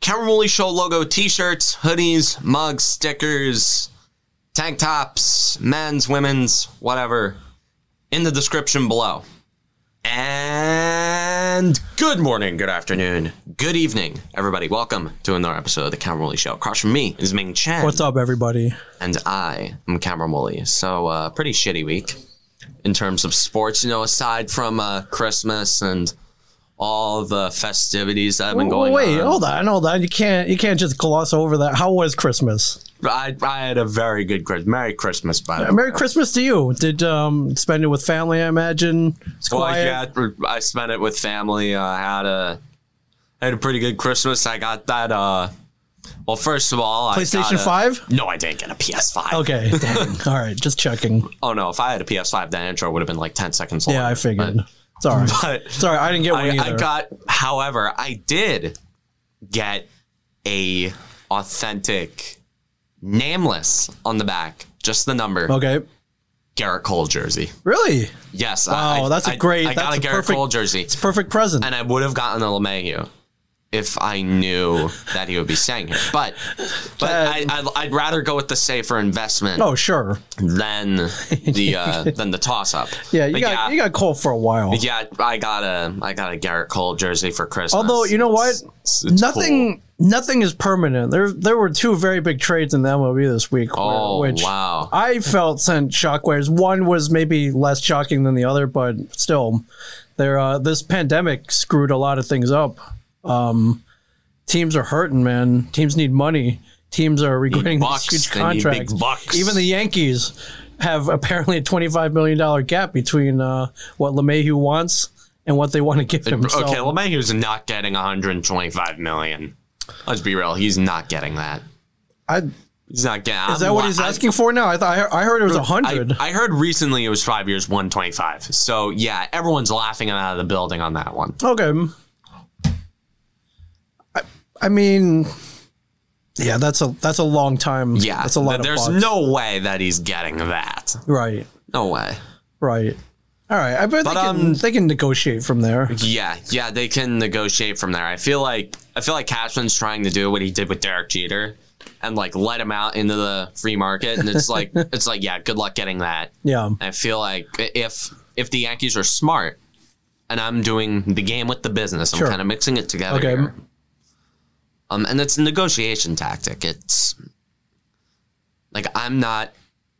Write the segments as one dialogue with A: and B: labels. A: Camera Show logo t shirts, hoodies, mugs, stickers, tank tops, men's, women's, whatever, in the description below. And good morning, good afternoon, good evening, everybody. Welcome to another episode of the Camera Show. Across from me is Ming Chen.
B: What's up, everybody?
A: and I am Cameron Woolley. So, uh, pretty shitty week in terms of sports. You know, aside from uh, Christmas and all the festivities that have been going
B: Wait,
A: on.
B: hold on, hold on. You can't, you can't just gloss over that. How was Christmas?
A: I, I had a very good Christmas. Merry Christmas, by the way.
B: Merry Christmas to you. Did um spend it with family? I imagine. It's
A: Well,
B: quiet.
A: yeah, I spent it with family. Uh, I had a I had a pretty good Christmas. I got that. Uh, well, first of all, I
B: PlayStation
A: got a-
B: Five.
A: No, I didn't get a PS5.
B: Okay, dang. all right, just checking.
A: Oh no, if I had a PS5, that intro would have been like ten seconds long.
B: Yeah, I figured. Sorry,
A: But
B: sorry, I didn't get one
A: I,
B: either.
A: I got, however, I did get a authentic nameless on the back, just the number
B: okay,
A: Garrett Cole jersey.
B: really,
A: Yes,
B: Wow, that's a
A: a
B: great-
A: I, got
B: that's
A: a
B: a
A: Garrett
B: perfect-
A: Cole jersey,
B: it's a perfect present.
A: and I would have gotten a LeMahieu if I knew that he would be staying here. But, but I,
B: That-
A: I'd, I'd rather go with the safer investment
B: Uh, oh sure,
A: than the uh, than the toss up.
B: yeah, you got you got cold for a while.
A: Yeah, I got a I got a Garrett Cole jersey for Christmas.
B: Although, you know what?
A: It's- it's cool.
B: nothing, nothing is permanent. There, there were two very big trades in the MLB this week. where-
A: Oh
B: which
A: wow!
B: I felt sent shockwaves. One was maybe less shocking than the other, but still, there. Uh, this pandemic screwed a lot of things up. Um, teams are hurting, man. Teams need money. Teams are regretting these
A: bucks.
B: huge
A: They need big
B: contracts.
A: bucks.
B: Even the Yankees have apparently a twenty-five million dollar gap between uh, what LeMahieu wants and what they want to give him. So-
A: okay, LeMahieu's not getting 125 million. Let's be real; he's not getting that.
B: I,
A: He's not getting.
B: is that what he's asking for now? I thought I heard it was a hundred.
A: I, I heard recently it was five years, 125. So yeah, everyone's laughing him out of the building on that one.
B: Okay. I, I mean, yeah, that's a that's a long time.
A: Yeah,
B: that's a lot.
A: th- There's
B: of bucks.
A: no way that he's getting that.
B: right,
A: No way.
B: right. All right, I bet they can
A: um,
B: they can negotiate from there.
A: Yeah, yeah, they can negotiate from there. I feel like I feel like Cashman's trying to do what he did with Derek Jeter and like let him out into the free market and it's like it's like yeah, good luck getting that.
B: Yeah,
A: I feel like if if the Yankees are smart and I'm doing the game with the business, I'm
B: Sure.
A: kind of mixing it together.
B: Okay.
A: here. Um, and it's a negotiation tactic. It's like I'm not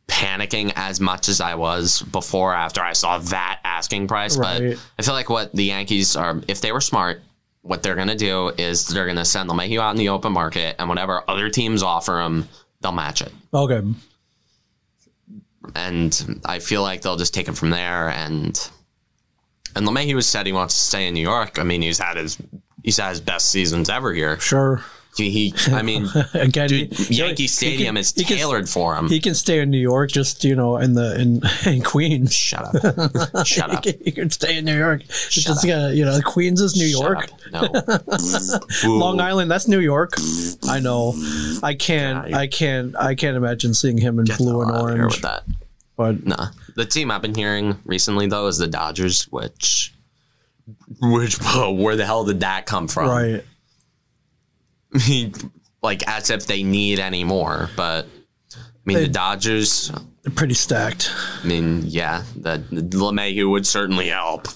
A: panicking as much as I was before after I saw that asking price.
B: Right.
A: But I feel like what the Yankees are, if they were smart, what they're gonna do is they're gonna send LeMahieu out in the open market, and whatever other teams offer him, they'll match it
B: okay,
A: and I feel like they'll just take it from there. And and LeMahieu has said he wants to stay in New York. I mean, he's had his he's had his best seasons ever here.
B: sure.
A: He, he I mean,
B: Again, he,
A: Yankee Stadium is
B: he can-
A: tailored for him.
B: he can stay in New York, just you know, in the in, in Queens.
A: Shut up! Shut up!
B: He can, he can stay in New York. It's
A: Shut
B: just, uh, you know, Queens is New
A: Shut
B: York.
A: up. No.
B: Long Island, that's New York. I know. I can't.
A: Mm. Yeah,
B: I can't. I can't imagine seeing him in blue and
A: Out of here
B: orange.
A: with that.
B: But
A: Nah. The team I've been hearing recently though is the Dodgers, which. Which whoa, where the hell did that come from?
B: right,
A: mean, like as if they need any more. But I mean, the Dodgers.
B: they're pretty stacked.
A: I mean, yeah, the, the LeMahieu would certainly help.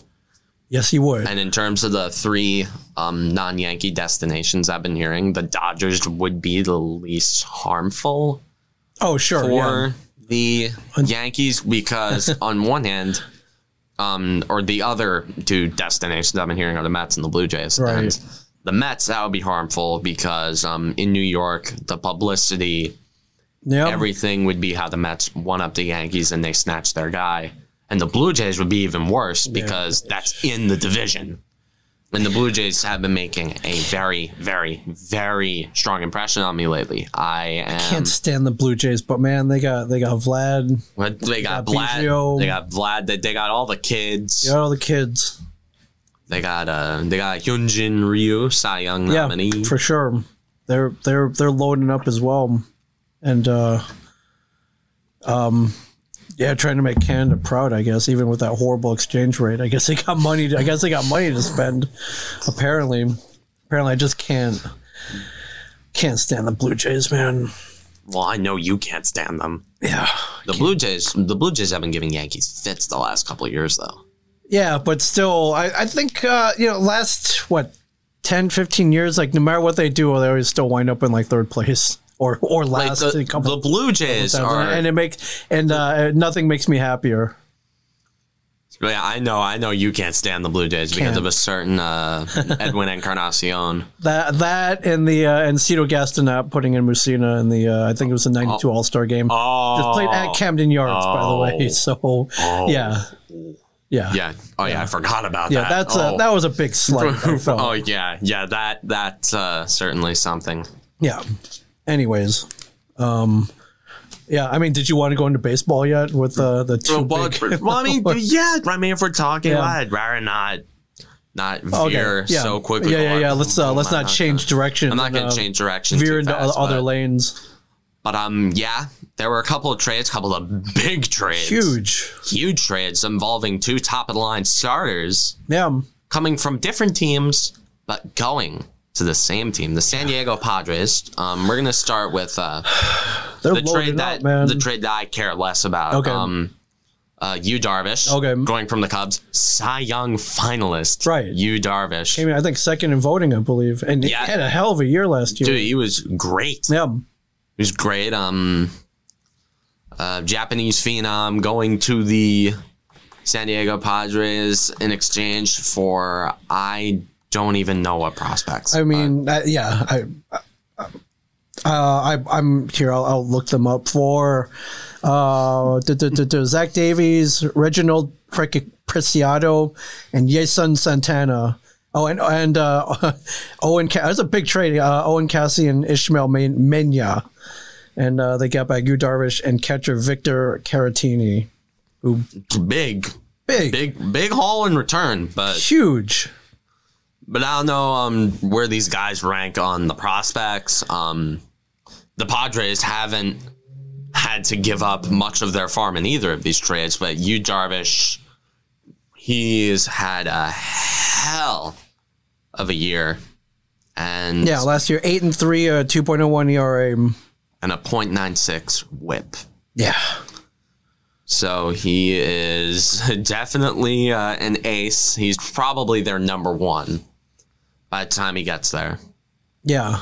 B: Yes, he would.
A: And in terms of the three um, non-Yankee destinations I've been hearing, the Dodgers would be the least harmful
B: oh, sure. yeah.
A: for the Yankees because on one hand. Um, or the other two destinations I've been hearing are the Mets and the Blue Jays.
B: Right.
A: And the Mets that would be harmful because um, in New York the publicity
B: Yep.
A: everything would be how the Mets won up the Yankees and they snatched their guy. And the Blue Jays would be even worse because that's in the division. And the Blue Jays have been making a very, very, very strong impression on me lately. I am.
B: can't stand the Blue Jays, but man, they got they got Vlad.
A: what- they got
B: got
A: Vlad.
B: Biggio.
A: They got Vlad. They, they got all the kids.
B: They got all the kids.
A: They got uh. They got Hyunjin Ryu, Cy Young
B: Yeah,
A: nominee.
B: for sure. They're they're they're loading up as well, and uh, um, yeah, trying to make Canada proud. I guess even with that horrible exchange rate, I guess they got money. To, I guess they got money to spend. Apparently, apparently, I just can't. can't stand the Blue Jays, man.
A: Well, I know you can't stand them.
B: Yeah.
A: The Blue Jays, the Blue Jays have been giving Yankees fits the last couple of years, though.
B: Yeah, but still, I, I think, uh, you know, last, what, 10, 15 years, like no matter what they do, they always still wind up in like third place or, or
A: Like
B: last.
A: the,
B: in a couple
A: the Blue Jays
B: times.
A: are.
B: and it makes, and uh, nothing makes me happier.
A: yeah, I know, I know you can't stand the Blue Jays because
B: Can't.
A: of a certain uh, Edwin Encarnacion.
B: That that and the uh, and Cito Gaston not putting in Musina in the uh, I think it was the '92 All Star game.
A: Oh,
B: Just played at Camden Yards, by the
A: Oh.
B: way. So yeah, yeah,
A: Yeah. Oh yeah, I forgot about
B: Yeah,
A: that.
B: That's
A: oh.
B: a, that was a big slug. I felt.
A: Oh yeah, yeah. That that's uh, certainly something.
B: Yeah. Anyways, um, yeah. I mean, did you want to go into baseball yet with uh, the two
A: Well,
B: big?
A: well, I mean, yeah. I mean, if we're talking,
B: Yeah.
A: I'd rather not not
B: Okay,
A: veer so quickly.
B: Yeah, yeah,
A: Oh,
B: yeah.
A: I'm-
B: Let's uh,
A: I'm
B: let's not change direction. uh,
A: I'm not going to change direction.
B: Veer
A: too
B: into
A: fast,
B: other
A: but,
B: lanes.
A: but um, yeah, there were a couple of trades, couple of big trades,
B: Huge.
A: huge trades involving two top of the line starters
B: Yeah.
A: coming from different teams, but going to the same team, the San Diego Padres. Um, we're going to start with uh,
B: They're
A: the trade
B: loaded
A: that
B: up, man.
A: the trade that I care less about.
B: Okay.
A: Um, uh, you Darvish.
B: Okay.
A: Going from the Cubs, Cy Young finalist.
B: Right.
A: You Darvish.
B: I mean, I think second in voting, I believe, and
A: Yeah.
B: he had a hell of a year last year.
A: Dude, he was great.
B: Yeah,
A: He was great. Um, uh, Japanese phenom going to the San Diego Padres in exchange for I don't even know what prospects.
B: I mean, uh, yeah, I, uh, I, I'm here. I'll, I'll look them up for uh, d- d- d- d- Zach Davies, Reginald Prec- Preciado, and Yesun Santana. Oh, and and uh, Owen. Ca- that's a big trade. Uh, Owen Cassie and Ishmael Men- Menya, and uh, they got back Yu Darvish and catcher Victor Caratini.
A: but big,
B: Big,
A: big, big haul in return, but
B: huge.
A: but I don't know um, where these guys rank on the prospects. Um, the Padres haven't had to give up much of their farm in either of these trades, but you Darvish, he's had a hell of a year and
B: Yeah, last year eight and three, uh, two point oh one ERA.
A: and a .96 whip.
B: Yeah,
A: So he is definitely uh, an ace. He's probably their number one by the time he gets there.
B: yeah.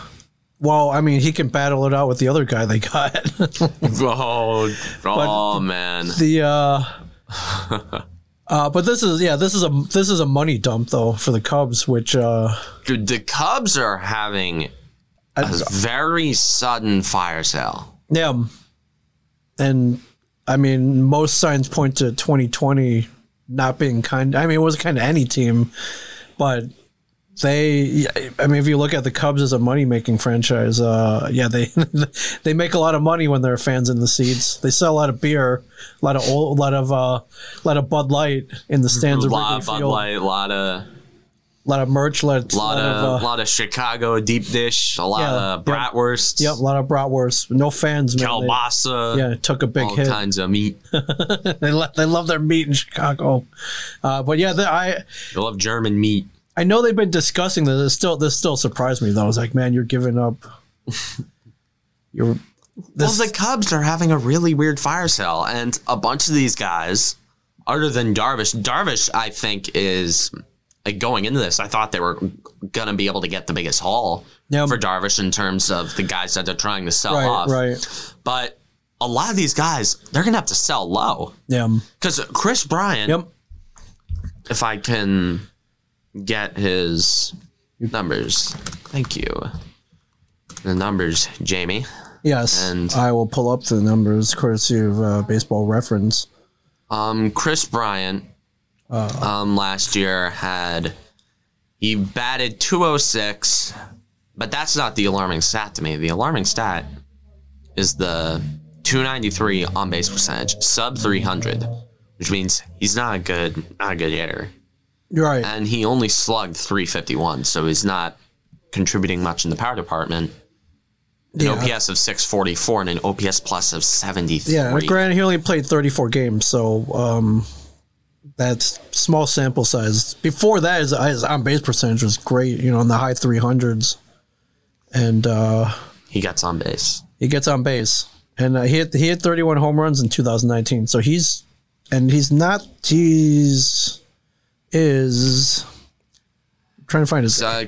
B: Well, I mean, he can battle it out with the other guy they got.
A: Oh, oh man.
B: the uh, uh, but this is yeah, this is a this is a money dump though for the Cubs, which uh,
A: Dude, the Cubs are having a very sudden fire sale.
B: yeah, and I mean, most signs point to twenty twenty not being kind. I mean, it was kind of any team, but. They, I mean, if you look at the Cubs as a money making franchise, uh, yeah, they they make a lot of money when there are fans in the seats. They sell a lot of beer, a lot of old, a lot of uh, a lot of Bud Light in the stands
A: A Mm-hmm.
B: of
A: lot
B: Wrigley
A: of Bud
B: Field.
A: Light, a lot of
B: a lot of merch, a lot,
A: lot
B: of, uh,
A: of lot of Chicago deep dish, a lot
B: Yeah,
A: of
B: yeah.
A: bratwursts,
B: Yep, a lot of bratwurst. No fans, man. They-
A: kielbasa,
B: yeah, it took a big
A: all
B: hit.
A: kinds of meat.
B: They lo- they love their meat in Chicago, uh, but yeah, the, I
A: They love German meat.
B: I know they've been discussing this. It still this still surprised me though. I was like, man, you're giving up. You're this.
A: well, the Cubs are having a really weird fire sale, and a bunch of these guys, other than Darvish, Darvish, I think is like going into this. I thought they were gonna be able to get the biggest haul
B: Yeah.
A: for Darvish in terms of the guys that they're trying to sell
B: right,
A: off.
B: right.
A: But a lot of these guys, they're gonna have to sell low
B: Yeah.
A: because Chris Bryant.
B: Yep.
A: If I can get his numbers, thank you. The numbers, Jamie.
B: Yes.
A: And-
B: I will pull up the numbers, courtesy of uh, baseball reference.
A: Um, Chris Bryant
B: Oh.
A: um, last year had he batted 206, but that's not the alarming stat to me. The alarming stat is the 293 on base percentage, sub 300, which means he's not a good not a good hitter,
B: You're right.
A: and he only slugged 351, so he's not contributing much in the power department. An
B: Yeah.
A: OPS of 644 and an OPS plus of 73.
B: Yeah, granted, he only played 34 games, so um, that's small sample size. Before that, his, his on base percentage was great, you know, in the high 300s. And uh,
A: He gets on base.
B: He gets on base, and uh, he hit, he hit 31 home runs in 2019. So he's and he's not he's is I'm trying to find his
A: Uh,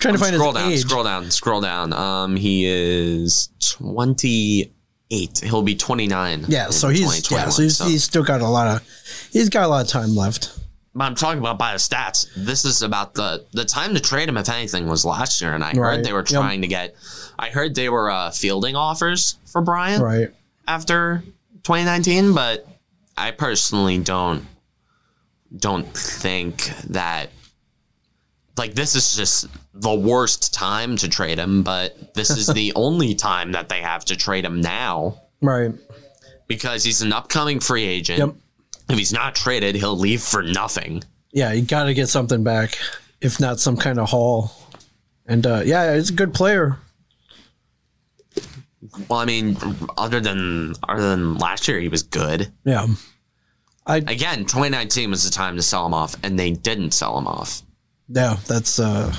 B: trying to find
A: scroll
B: his
A: down,
B: age.
A: scroll down, scroll down. Um, he is twenty eight. He'll be twenty nine.
B: Yeah, so he's yeah, so he's, he's still got a lot of he's got a lot of time left.
A: I'm talking about by the stats. This is about the the time to trade him. If anything, was last year, and I
B: Right,
A: heard they were
B: yep.
A: trying to get. I heard they were uh, fielding offers for Brian
B: Right.
A: after 2019, but I personally don't don't think that like this is just the worst time to trade him, but this is the only time that they have to trade him now
B: Right.
A: because he's an upcoming free agent.
B: Yep.
A: If he's not traded, he'll leave for nothing.
B: Yeah, you got to get something back, if not some kind of haul. And uh, yeah, it's a good player.
A: Well, I mean, other than other than last year, he was good.
B: Yeah. I
A: Again, 2019 was the time to sell him off, and they didn't sell him off.
B: yeah, that's uh,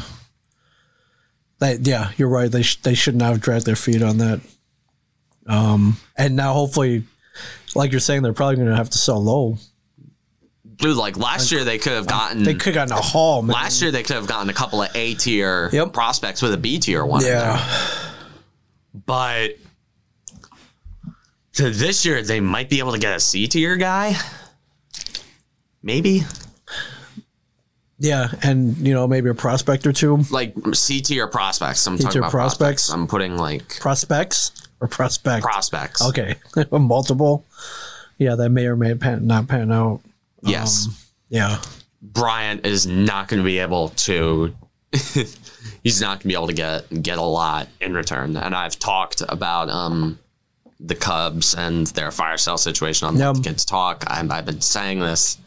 B: that yeah, you're right. They sh- they should not have dragged their feet on that. Um, and now hopefully, like you're saying, they're probably going to have to sell low.
A: Dude, like last year, they could have gotten
B: They could have gotten a haul, man.
A: Last year they could have gotten a couple of A tier
B: Yep.
A: prospects with a B tier one. in there.
B: yeah,
A: But to this year they might be able to get a C tier guy. Maybe.
B: yeah, and you know maybe a prospect or two,
A: Like C tier prospects. I'm talking
B: C-tier
A: about prospects.
B: prospects.
A: I'm putting like
B: prospects or prospect.
A: prospects.
B: Okay, multiple. Yeah, that may or may pan, not pan out.
A: Yes.
B: Yeah,
A: Bryant is not gonna be able to he's not gonna be able to get get a lot in return. And I've talked about um the Cubs and their fire sale situation on
B: Yep.
A: the kids talk. I'm, I've been saying this.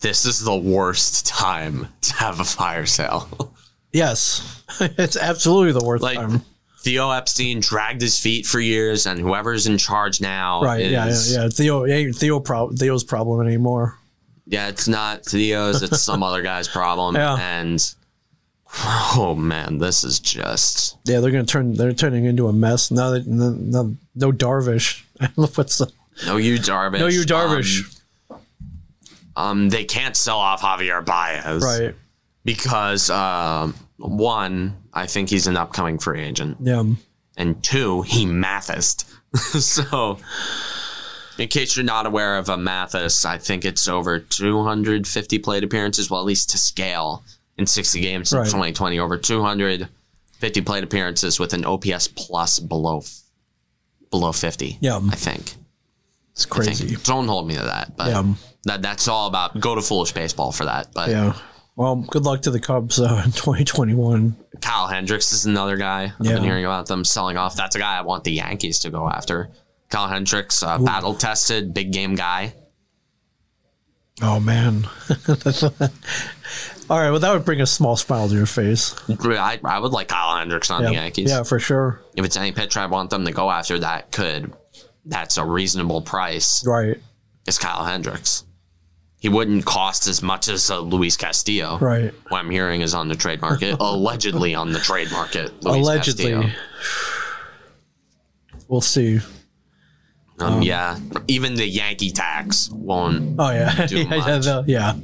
A: This is the worst time to have a fire sale.
B: yes, it's absolutely the worst
A: like
B: time.
A: Theo Epstein dragged his feet for years, and whoever's in charge now
B: Right?
A: is
B: yeah, yeah, yeah. Theo, it ain't Theo, pro- Theo's problem anymore.
A: Yeah, it's not Theo's, it's some other guy's problem.
B: Yeah.
A: And oh man, this is just
B: Yeah, they're gonna turn. They're turning into a mess now. That no, no, no Darvish. What's the
A: no you Darvish.
B: no you
A: Um,
B: Darvish?
A: um, they can't sell off Javier Baez,
B: right?
A: Because um, one, I think he's an upcoming free agent,
B: Yeah,
A: and two, he Mathis. so, in case you're not aware of a Mathis, I think it's over 250 plate appearances, well, at least to scale in 60 games in
B: Right.
A: 2020, over 250 plate appearances with an OPS plus below f- below 50.
B: Yeah.
A: I think.
B: it's
A: I think.
B: crazy.
A: Don't hold me to that, but
B: Yeah.
A: that that's all about go to foolish baseball for that. But
B: Yeah. Well, good luck to the Cubs uh, in 2021.
A: Kyle Hendricks is another guy I've
B: Yeah.
A: been hearing about them selling off. That's a guy I want the Yankees to go after. Kyle Hendricks, uh, battle tested, big game guy.
B: Oh man. All right. Well, that would bring a small smile to your face.
A: I, I would like Kyle Hendricks on
B: Yeah,
A: the Yankees.
B: yeah, for sure.
A: If it's any pitcher I want them to go after that could, that's a reasonable price,
B: Right,
A: is Kyle Hendricks. He wouldn't cost as much as uh, Luis Castillo.
B: right.
A: Who I'm hearing is on the trade market, allegedly on the trade market. Luis
B: Allegedly,
A: Castillo.
B: we'll see.
A: Um, yeah, even the Yankee tax won't.
B: Oh yeah,
A: Too
B: yeah, yeah,
A: much.
B: the- yeah.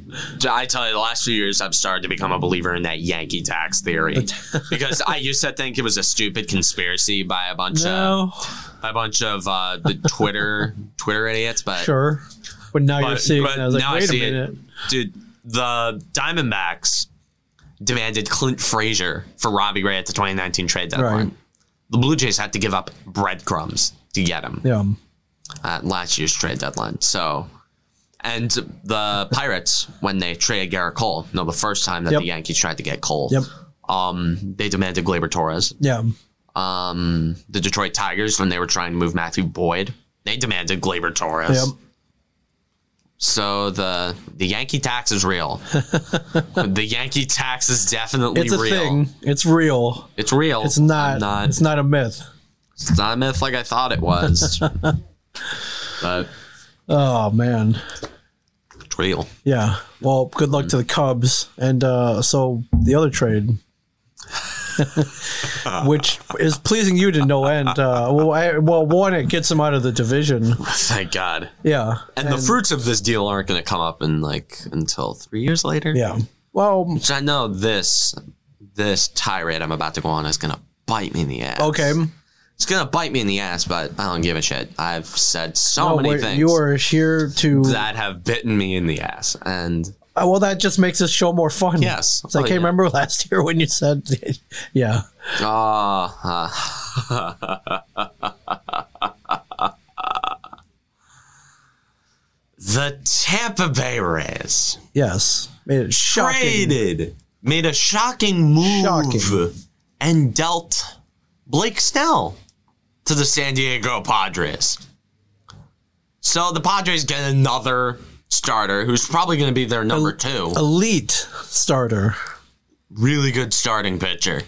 A: I tell you, the last few years I've started to become a believer in that Yankee tax theory because I used to think it was a stupid conspiracy by a bunch
B: No,
A: of by a bunch of uh, the Twitter Twitter idiots. But
B: sure. But now you're
A: But-
B: seeing.
A: but
B: it, and I was like,
A: now I
B: wait a
A: see it.
B: minute.
A: dude, the Diamondbacks demanded Clint Frazier for Robbie Ray at the 2019 trade deadline.
B: Right.
A: The Blue Jays had to give up breadcrumbs to get him.
B: Yeah,
A: at last year's trade deadline. So, and the Pirates when they traded Garrett Cole, no, the first time that
B: Yep.
A: the Yankees tried to get Cole,
B: Yep.
A: um, they demanded Gleyber Torres.
B: yeah,
A: Um, the Detroit Tigers when they were trying to move Matthew Boyd, they demanded Gleyber Torres.
B: yeah.
A: So the the Yankee tax is real. the Yankee tax is definitely
B: It's a
A: real.
B: thing. It's real.
A: It's real.
B: It's not,
A: I'm not.
B: It's not a myth.
A: It's not a myth like I thought it was. but
B: Oh man.
A: it's real.
B: Yeah. Well, good luck to the Cubs. And uh, so the other trade. which is pleasing you to no end. Uh, well, I, well, one, it gets them out of the division.
A: Thank God.
B: Yeah,
A: And, the fruits of this deal aren't going to come up in like until three years later.
B: Yeah. Well,
A: So I know this this tirade I'm about to go on is going to bite me in the ass.
B: okay.
A: It's going to bite me in the ass, but I don't give a shit. I've said so
B: No,
A: many
B: Oh, wait,
A: things
B: You are here to.
A: that have bitten me in the ass. And
B: Uh, well, that just makes this show more fun.
A: Yes.
B: It's like,
A: Oh,
B: hey,
A: yeah.
B: remember last year when you said, yeah.
A: Ah, ah. the Tampa Bay Rays
B: Yes. Made it shocking.
A: traded, made a shocking move,
B: Shocking.
A: and dealt Blake Snell to the San Diego Padres. So the Padres get another starter who's probably going to be their number two.
B: Elite starter.
A: really good starting pitcher.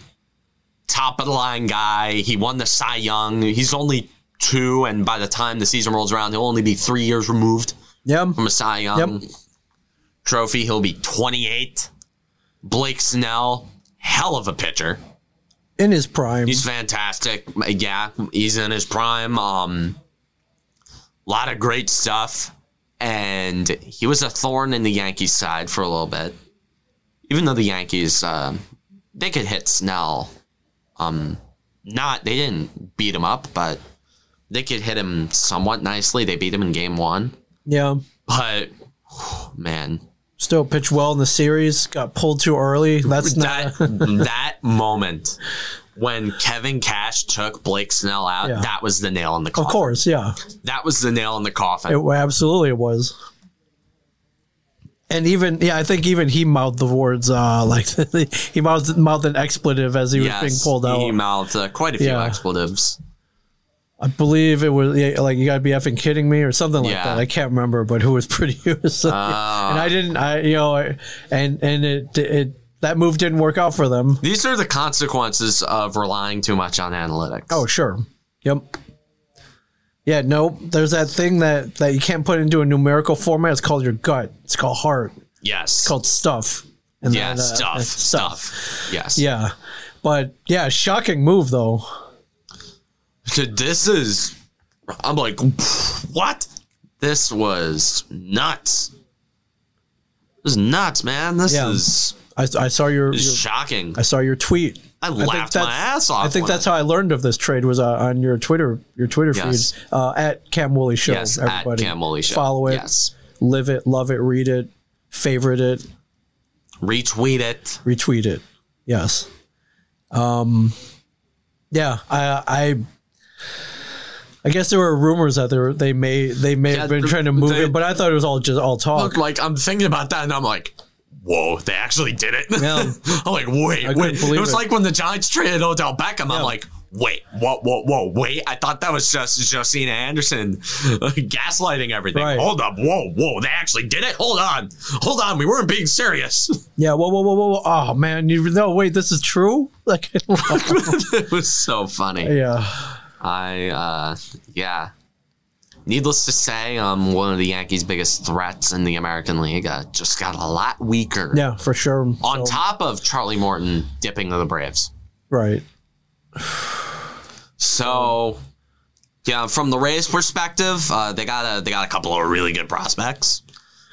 A: Top of the line guy. He won the Cy Young. He's only two, and by the time the season rolls around, he'll only be three years removed
B: Yeah.
A: from a Cy Young
B: Yep.
A: um, trophy. He'll be 28. Blake Snell, hell of a pitcher.
B: In his prime.
A: He's fantastic. Yeah, he's in his prime. Um, lot of great stuff, and he was a thorn in the Yankees' side for a little bit. Even though the Yankees, um they could hit Snell, um, not they didn't beat him up, but they could hit him somewhat nicely. They beat him in game one,
B: yeah.
A: but man,
B: Still pitched well in the series. Got pulled too early. That's not.
A: that that moment when Kevin Cash took Blake Snell out,
B: Yeah.
A: that was the nail in the
B: Of
A: coffin.
B: course, yeah.
A: That was the nail in the coffin.
B: It absolutely was. And even yeah, I think even he mouthed the words uh like he mouthed mouthed an expletive as he was being pulled out.
A: He mouthed uh, quite a few
B: Yeah.
A: expletives.
B: I believe it was yeah, like you gotta be effing kidding me or something like
A: Yeah. Ah.
B: that. I can't remember, but who was pretty it was, and I didn't I you know I, and and it it that move didn't work out for them.
A: These are the consequences of relying too much on analytics.
B: Oh sure, yep. Yeah, nope. There's that thing that that you can't put into a numerical format. It's called your gut. It's called heart. It's
A: yes.
B: called stuff. And
A: yeah,
B: then, uh,
A: stuff,
B: uh,
A: stuff. Yes.
B: Yeah. But yeah, shocking move though.
A: So This is. I'm like, what? This was nuts. This is nuts, man. This
B: Yeah.
A: is,
B: I, I saw your,
A: is
B: your
A: shocking.
B: I saw your tweet.
A: I
B: think
A: laughed my
B: that's-
A: ass off
B: I think
A: when
B: that's how I learned of this trade was uh, on your Twitter your Twitter
A: Yes.
B: feed uh, at Cam Woolley Show.
A: Yes, at
B: everybody
A: Cam Woolley Show.
B: Follow it,
A: Yes.
B: live it, love it, read it, favorite it,
A: Retweet it.
B: retweet it. Yes. Um. Yeah. I. I. I guess there were rumors that they were, they may they may
A: Yeah,
B: have been
A: the-
B: trying to move
A: they-
B: it, but I thought it was all just all talk.
A: Like, I'm thinking about that and I'm like, whoa, they actually did it.
B: Yeah.
A: I'm like, wait,
B: couldn't
A: wait.
B: believe
A: It was
B: it.
A: like when the Giants traded Odell Beckham. I'm like, wait, whoa, whoa, whoa, wait. I thought that was just Justina Anderson gaslighting everything.
B: Right.
A: Hold up, whoa, whoa, they actually did it. Hold on, hold on, we weren't being serious.
B: Yeah, whoa, whoa, whoa, whoa, whoa. Oh man, you no wait, this is true? Like
A: it was so funny.
B: Yeah.
A: I, uh, yeah. Needless to say, um, one of the Yankees' biggest threats in the American League uh, just got a lot weaker.
B: Yeah, for sure.
A: On
B: So-
A: top of Charlie Morton dipping to the Braves.
B: Right.
A: So, yeah, from the Rays' perspective, uh, they got a they got a couple of really good prospects.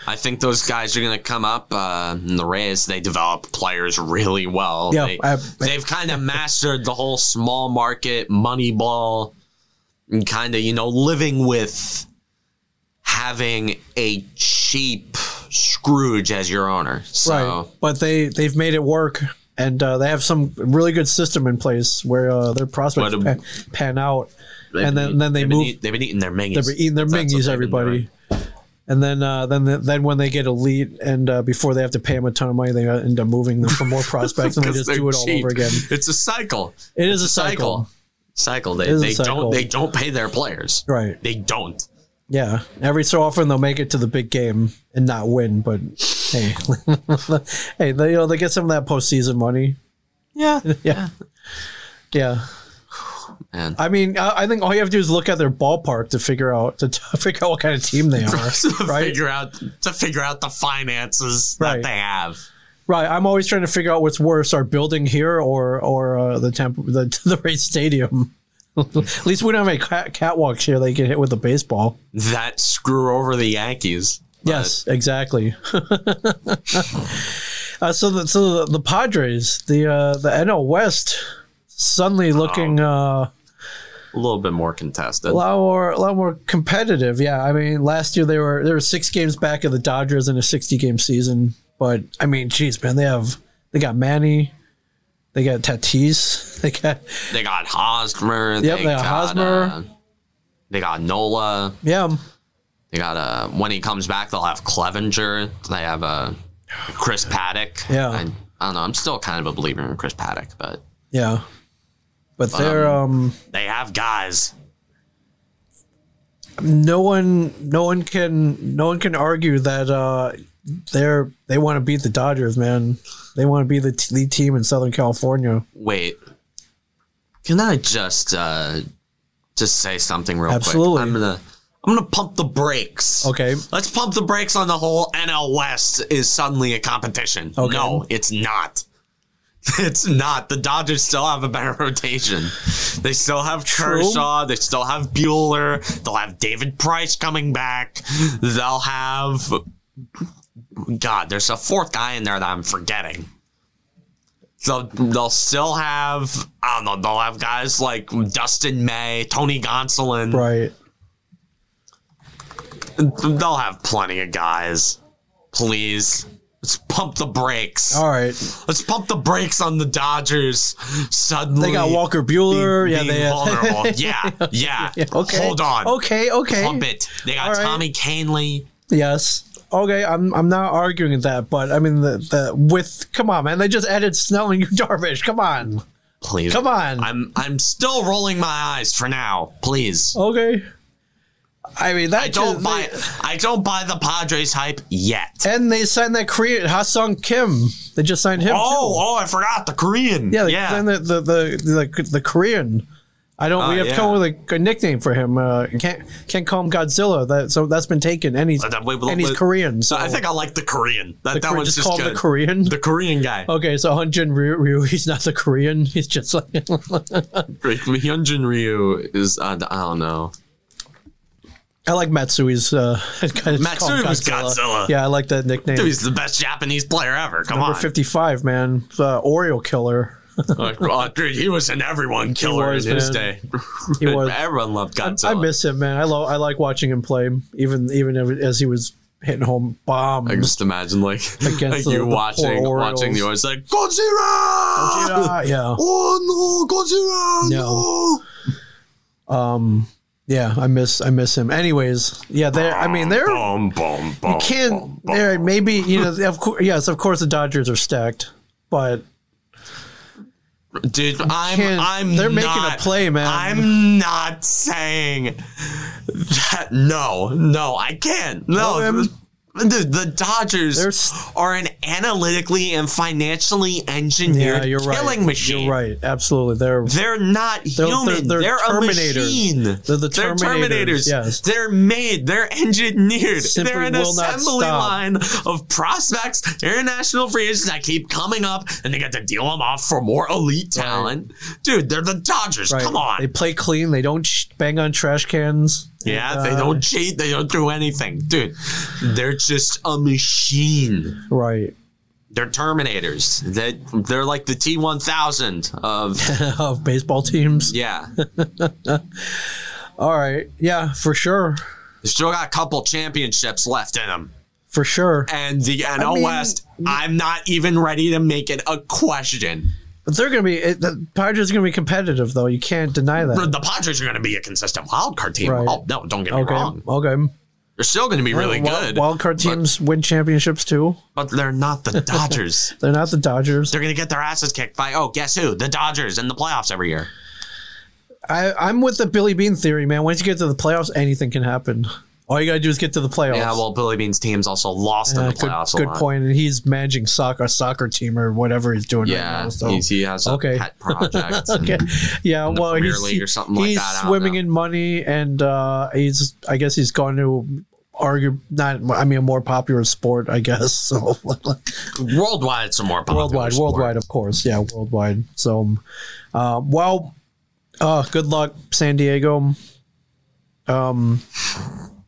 A: I think those guys are going to come up. Uh, in the Rays, they develop players really well.
B: Yeah,
A: they,
B: I-
A: they've kind of mastered the whole small market money ball, and kind of you know living with having a cheap Scrooge as your owner. So.
B: Right. But they they've made it work and uh, they have some really good system in place where uh, their prospects
A: But, um,
B: pan, pan out
A: they've been
B: and then,
A: eat-
B: then they
A: they've been
B: move
A: eat- they've been eating their mingies.
B: they're eating their
A: That's what
B: mingies
A: they've been doing.
B: everybody. And then, uh, then, then when they get elite, and uh, before they have to pay them a ton of money, they uh, end up moving them for more prospects, and they
A: 'Cause
B: just
A: they're
B: do it all
A: cheap.
B: over again.
A: It's a cycle.
B: It is a cycle,
A: cycle. Cycle. They,
B: is a
A: they
B: cycle.
A: don't they don't pay their players.
B: right?
A: They don't.
B: Yeah. Every so often they'll make it to the big game and not win, but hey, hey, they, you know, they get some of that postseason money.
A: Yeah.
B: Yeah. Yeah.
A: Man.
B: I mean, I, I think all you have to do is look at their ballpark to figure out to t- figure out what kind of team they are.
A: to
B: right.
A: figure out to figure out the finances
B: Right.
A: that they have.
B: Right. I'm always trying to figure out what's worse: our building here or or uh, the temp the the race stadium. At least we don't have any cat- catwalks here. They get hit with a baseball.
A: That screw over the Yankees.
B: Yes, exactly. uh, so the so the, the Padres, the uh, the NL West, suddenly looking uh,
A: A little bit more contested.
B: a lot more a lot more competitive. Yeah, I mean, last year they were they were six games back of the Dodgers in a sixty game season. But I mean, geez, man, they have they got Manny, they got Tatis, they got
A: They got Hosmer.
B: Yep, they got Hosmer.
A: uh, they got Nola.
B: yeah.
A: They got uh when he comes back, they'll have Clevenger. They have uh Chris Paddock.
B: Yeah.
A: I, I don't know. I'm still kind of a believer in Chris Paddock, but
B: Yeah. But they're um
A: they have guys.
B: um, no one no one can no one can argue that uh they're they want to beat the Dodgers, man. They want to be the t- lead team in Southern California.
A: Wait. Can I just uh just say something real
B: Absolutely.
A: quick? I'm gonna I'm gonna pump the brakes.
B: Okay.
A: Let's pump the brakes on the whole NL West is suddenly a competition.
B: Okay.
A: No, it's not. It's not. The Dodgers still have a better rotation. They still have Kershaw. They still have Bueller. They'll have David Price coming back. They'll have. God, there's a fourth guy in there that I'm forgetting. So they'll still have. I don't know. They'll have guys like Dustin May, Tony Gonsolin
B: Right.
A: they'll have plenty of guys. Please. Let's pump the brakes.
B: All right.
A: Let's pump the brakes on the Dodgers. Suddenly
B: They got Walker Bueller.
A: being
B: yeah, they
A: vulnerable. yeah, yeah.
B: Okay.
A: Hold on.
B: Okay, okay.
A: Pump it. They got
B: All right.
A: Tommy Canley.
B: Yes. Okay, I'm I'm not arguing that, but I mean the, the with come on man, they just added Snell and Darvish. Come on.
A: Please.
B: Come on.
A: I'm I'm still rolling my eyes for now. Please.
B: okay. I mean that
A: I don't
B: just-
A: buy I don't buy the Padres hype yet.
B: And they signed that Korean Hassan Kim. They just signed him.
A: Oh,
B: too.
A: oh, I forgot the Korean.
B: yeah, they
A: yeah.
B: signed the the, the the the Korean. I don't. we
A: Uh,
B: have to come
A: yeah.
B: up with a, a nickname for him. Uh, can't can't call him Godzilla. That so that's been taken. And he's
A: Uh, that- wait,
B: and he's
A: wait.
B: Korean. So
A: I think I like the Korean. That, that
B: Korean-
A: one's
B: just
A: just
B: call him the
A: good.
B: Korean?
A: The Korean guy.
B: okay. So Hunjin Ryu, Ryu, he's not the Korean. He's just like
A: Like, Hyunjin Ryu is I d- I don't know.
B: I like Matsui's. Uh, kind of call him
A: Matsui was Godzilla.
B: Yeah, I like that nickname.
A: Dude, he's the best Japanese player ever. Come
B: Number
A: on,
B: fifty-five, man. The Oreo killer.
A: Like, oh, dude, he was an everyone killer
B: was,
A: in his
B: man.
A: day.
B: He was.
A: Everyone loved Godzilla.
B: I miss him, man. I love. I like watching him play, even even if- as he was hitting home bombs.
A: I can just imagine like, like
B: the-
A: you
B: the
A: watching
B: poor
A: watching the Orioles
B: Orioles.
A: like Godzilla.
B: yeah, yeah.
A: Oh no, Godzilla! No.
B: Um, yeah, I miss I miss him. Anyways, yeah, they're. I mean, they're
A: Boom, boom, boom.
B: can they're maybe you know of course yes of course the Dodgers are stacked, but
A: Dude, I'm
B: can't-
A: I'm
B: they're making a
A: not-
B: play, man.
A: I'm not saying that no, no, I can't. No.
B: Well, then-
A: Dude, the Dodgers
B: They're s-
A: are an analytically and financially engineered
B: yeah, you're right.
A: killing machine.
B: You're right. Absolutely, they're
A: They're not human. They're,
B: they're
A: a
B: Terminators.
A: machine.
B: They're the Terminators, yes.
A: They're made. They're engineered.
B: Simply
A: they're an
B: will not
A: assembly
B: stop.
A: line of prospects, international free agents that keep coming up, and they get to deal them off for more elite talent. Dude, they're the Dodgers.
B: right.
A: Come on.
B: They play clean. They don't sh- bang on trash cans.
A: yeah,
B: And,
A: they
B: uh,
A: don't cheat. They don't do anything. Dude, they're just a machine.
B: Right.
A: They're Terminators. They, they're like the T 1000 of.
B: of baseball teams.
A: Yeah.
B: All right. Yeah, for sure.
A: They've still got a couple championships left in them.
B: For sure.
A: and the NL
B: mean-
A: West, I'm not even ready to make it a question.
B: But they're going to be it, the Padres are going to be competitive though. You can't deny that.
A: The Padres are going to be a consistent wild card team.
B: Right.
A: Oh no, don't get me
B: Okay.
A: wrong.
B: Okay.
A: They're still going to be really
B: Wild-
A: good,
B: Wild card teams win championships too.
A: but they're not the Dodgers.
B: They're not the Dodgers.
A: they're going to get their asses kicked by oh, guess who? The Dodgers in the playoffs every year.
B: I, I'm with the Billy Bean theory, man. Once you get to the playoffs, anything can happen. All you gotta do is get to the playoffs.
A: Yeah, well, Billy Bean's team's also lost in
B: Uh,
A: the
B: good,
A: playoffs. a
B: good
A: lot.
B: point. And he's managing soccer, soccer team or whatever he's doing right
A: Yeah,
B: now. So.
A: he's, he has a
B: Okay.
A: pet project.
B: okay. Yeah.
A: Mm-hmm. the
B: Well,
A: Premier
B: he's
A: League or something like
B: he's
A: that, I don't
B: swimming
A: know.
B: in money, and uh, he's I guess he's gone to argue not. I mean, a more popular sport, I guess. So
C: Worldwide, it's a more popular
B: worldwide,
C: sport.
B: worldwide, of course, yeah, worldwide. So, uh, well, uh, good luck, San Diego. Um,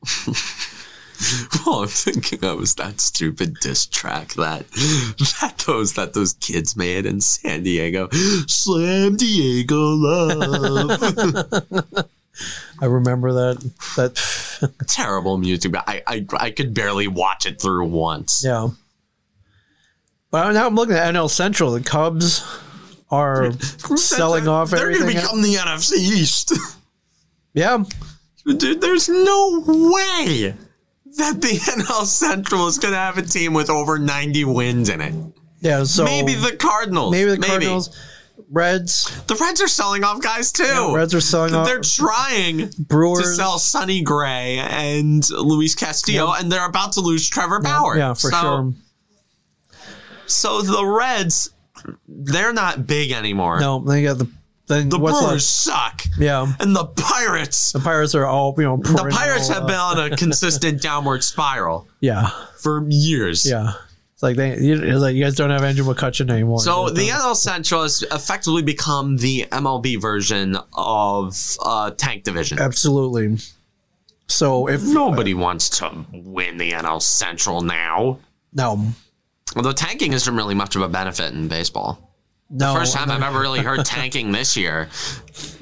A: All I'm thinking of is that stupid diss track that that those that those kids made in San Diego. Slam Diego love.
B: I remember that. That
A: Terrible music, but I, I I could barely watch it through once.
B: yeah. But now I'm looking at NL Central. The Cubs are selling off
A: They're
B: everything.
A: gonna become the NFC East.
B: yeah,
A: Dude, there's no way that the NL Central is gonna have a team with over 90 wins in it.
B: yeah. So
A: Maybe the Cardinals.
B: maybe the Cardinals, Reds,
A: The Reds are selling off guys too.
B: Reds are selling off
A: They're trying to
B: Brewers.
A: sell Sonny Gray and Luis Castillo, and they're about to lose Trevor Bauer.
B: Yeah, for
A: so,
B: sure.
A: So the Reds, they're not big anymore.
B: No, they got the then
A: the
B: what's
A: Brewers
B: left?
A: suck,
B: Yeah,
A: and the Pirates.
B: the Pirates are all you know.
A: The Pirates have been on a consistent downward spiral
B: Yeah,
A: for years.
B: yeah. It's like they. you- It's like you guys don't have Andrew McCutcheon anymore.
A: So the NL Central has effectively become the MLB version of uh, tank division.
B: absolutely. So if
A: Nobody
C: wants to win the NL Central now.
B: no,
A: Although tanking isn't really much of a benefit in baseball.
B: no,
A: First time I've ever really heard tanking this year.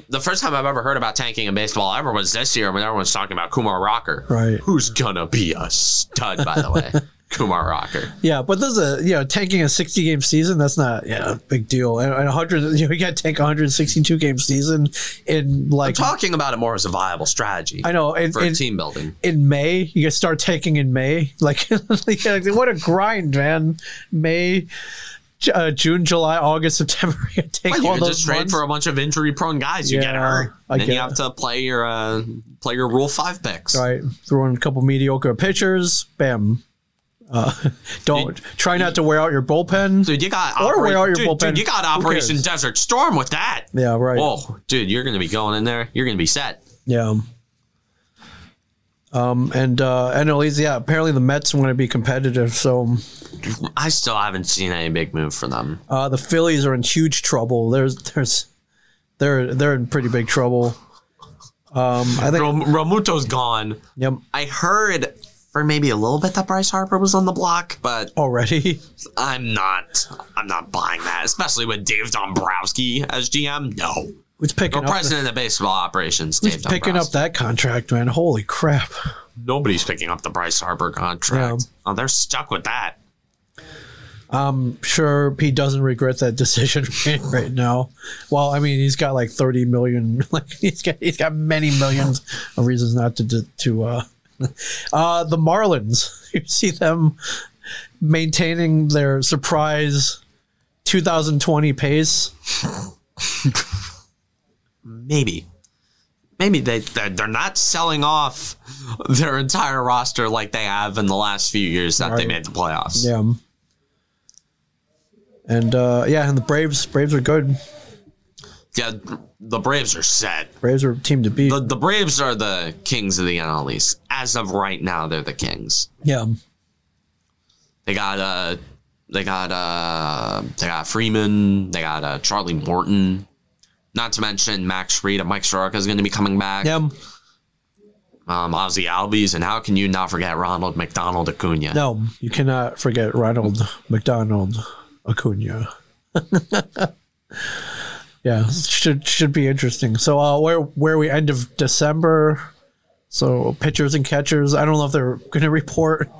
A: The first time I've ever heard about tanking in baseball ever was this year when everyone's talking about Kumar Rocker.
B: right.
A: Who's gonna be a stud, by the way? Kumar Rocker.
B: Yeah, but there's a you know tanking a 60 game season. That's not yeah a big deal. And, and 100 you, know, you got to tank a 162 game season in like
A: Talking about it more as a viable strategy
B: I know in,
A: for
B: in,
A: team building.
B: in May you guys start tanking in May. Like, like, what a grind, man. May, J- uh, June, July, August, September. You take
A: Well,
B: all
A: you can just
B: those
A: trade
B: months.
A: for a bunch of injury prone guys. You get
B: Yeah,
A: hurt.
B: I
A: then you
B: get
A: have
B: it.
A: to play your uh, play your rule five picks.
B: right, throw in a couple mediocre pitchers. Bam. Uh, don't try not to wear out your bullpen.
A: Dude, you got
B: Or wear out your
A: dude, dude,
B: bullpen.
A: you got
B: Who
A: Operation
B: cares?
A: Desert Storm with that.
B: Yeah, right.
A: Whoa, dude, you're gonna be going in there. You're gonna be set.
B: Yeah. Um, and uh, and at least, yeah, apparently the Mets want to be competitive. So
A: I still haven't seen any big move for them.
B: uh, the Phillies are in huge trouble. There's there's they're they're in pretty big trouble. Um, I think.
A: Ram- Ramuto's gone.
B: Yep.
A: I heard for maybe a little bit that Bryce Harper was on the block, but
B: Already.
A: I'm not. I'm not buying that, especially with Dave Dombrowski as GM. No,
B: It's picking
A: or
B: up.
A: president of baseball operations. Dave
B: it's picking up
A: Dombrowski.
B: that contract, man. Holy crap!
A: Nobody's picking up the Bryce Harper contract. Oh, they're stuck with that.
B: I'm sure he doesn't regret that decision right, right now. Well, I mean, he's got like 30 million. Like he's got he's got many millions of reasons not to do- to uh, uh the Marlins. You see them maintaining their surprise 2020 pace.
A: Maybe. Maybe they they're they're not selling off their entire roster like they have in the last few years that they
B: Right.
A: made the playoffs.
B: Yeah. And uh, yeah, and the Braves Braves are good.
A: Yeah, the Braves are set.
B: Braves are a team to beat.
A: The, the Braves are the kings of the NL East. As of right now, they're the kings.
B: yeah.
A: They got uh they got uh they got Freeman, they got uh Charlie Morton. Not to mention Max Fried and Mike Soroka is going to be coming back.
B: Yeah.
A: Um, Ozzy Albies, and how can you not forget Ronald McDonald Acuna?
B: No, you cannot forget Ronald McDonald Acuna. yeah, should should be interesting. So uh, where where we end of December. So pitchers and catchers. I don't know if they're going to report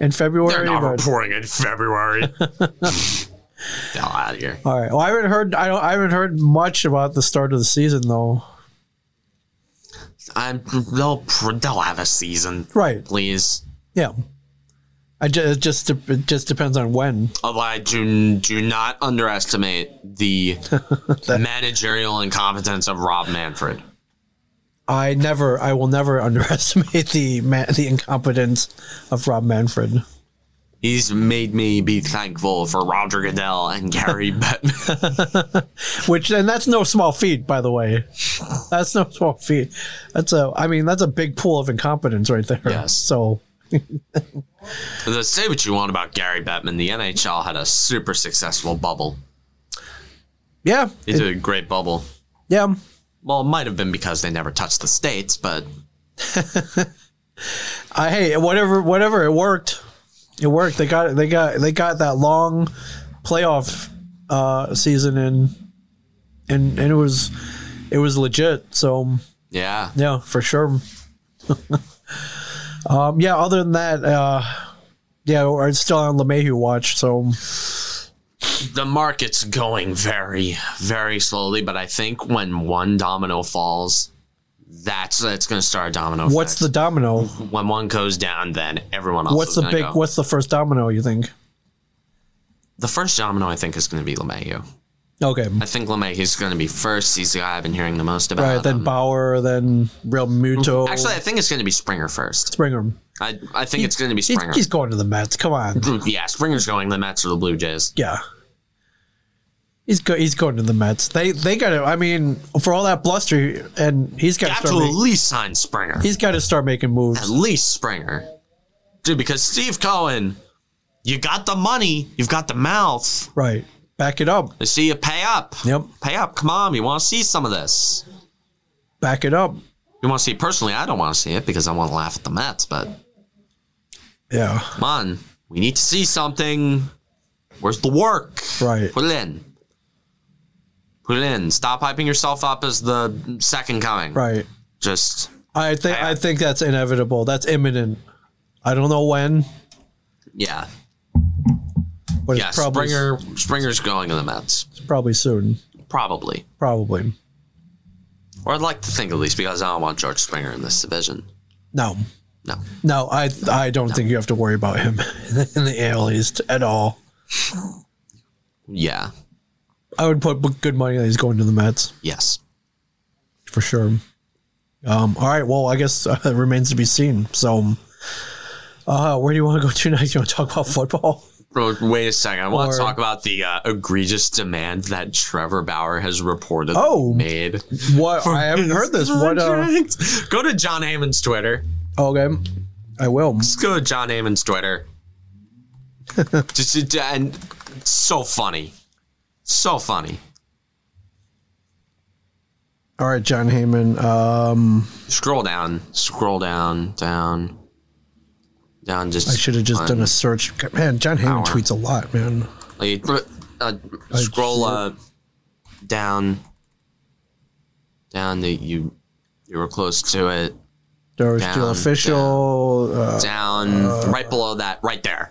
B: in February.
A: They're not
B: but-
A: reporting in February. Hell out of here.
B: all right. Well, I haven't heard. I don't. I haven't heard much about the start of the season though.
A: I'm, they'll, they'll have a season,
B: Right.
A: please.
B: Yeah. I ju- it just de- it just depends on when.
A: Although I do, do not underestimate the managerial incompetence of Rob Manfred.
B: I never. I will never underestimate the ma- the incompetence of Rob Manfred.
A: He's made me be thankful for Roger Goodell and Gary Bettman.
B: which and that's no small feat by the way that's no small feat that's a i mean that's a big pool of incompetence right there
A: Yes.
B: so
A: The say what you want about Gary Bettman, the NHL had a super successful bubble.
B: Yeah,
A: They did a great bubble.
B: yeah.
A: Well, it might have been because they never touched the states, but
B: I hey whatever whatever it worked, it worked. They got they got they got that long playoff uh, season in, and and it was it was legit. So
A: yeah,
B: yeah, for sure. um, yeah. Other than that, uh, yeah, we're still on Lemayhew watch. So
A: the market's going very, very slowly. But I think when one domino falls, that's it's going to start a domino.
B: what's the domino?
A: the when one goes down, then everyone else.
B: What's
A: is
B: the
A: gonna
B: big?
A: go.
B: What's the first domino? You think?
A: The first domino, I think, is going to be Lemayo.
B: Okay.
A: I think Lemayo is going to be first. He's the guy I've been hearing the most about.
B: Right, then
A: Um, Mhm.
B: Bauer, then Real Muto.
A: actually, I think it's going to be Springer first.
B: Springer.
A: I I think it's going to be
B: He's,
A: Springer.
B: he's going to the Mets. Come on.
A: yeah, Springer's going. The Mets or the Blue Jays.
B: Yeah. He's go, he's going to the Mets. They they got to. I mean, for all that bluster, and he's got
A: You have
B: to
A: to
B: start
A: at
B: make,
A: least sign Springer.
B: he's got to start making
A: at
B: moves.
A: least Springer. Dude, because Steve Cohen, you got the money, you've got the mouth.
B: Right, back it up.
A: I see you pay up.
B: Yep,
A: Pay up. Come on, you want to see some of this.
B: back it up.
A: You want to see personally, I don't want to see it because I want to laugh at the Mets, but
B: Yeah,
A: come on. We need to see something. Where's the work?
B: right.
A: Put it in. Put it in. Stop hyping yourself up as the second coming.
B: Right.
A: Just
B: I think I think that's inevitable. That's imminent. I don't know when,
A: yeah.
B: but
A: Yeah.
B: it's probably
A: Springer Springer's going to the Mets.
B: it's probably soon.
A: Probably.
B: Probably
A: Or I'd like to think at least because I don't want George Springer in this division.
B: no.
A: No.
B: No, I I don't think you have to worry about him in the AL East at all.
A: Yeah.
B: I would put good money that he's going to the Mets
A: Yes.
B: for sure. Um, all right, well, I guess uh, it remains to be seen. So, uh, where do you want to go to next? You want to talk about football?
A: Bro, wait a second. I want
B: Or-
A: to talk about the uh, egregious demand that Trevor Bauer has reportedly
B: Oh.
A: made.
B: What I haven't heard this. What? Uh, oh,
A: Go to John Heyman's Twitter.
B: okay, I will.
A: Just go to John Heyman's Twitter. Just- it- and it's so funny. So funny.
B: All right, John Heyman. Um,
A: Scroll down. Scroll down. Down. Down. Just
B: I should have just done a search. Man, John Heyman
A: Hour. tweets
B: tweets a lot, man.
A: Like, br- uh, scroll uh, down, down that you you were close to it.
B: There was
A: Down,
B: still official. Uh,
A: Down, right below that, right there.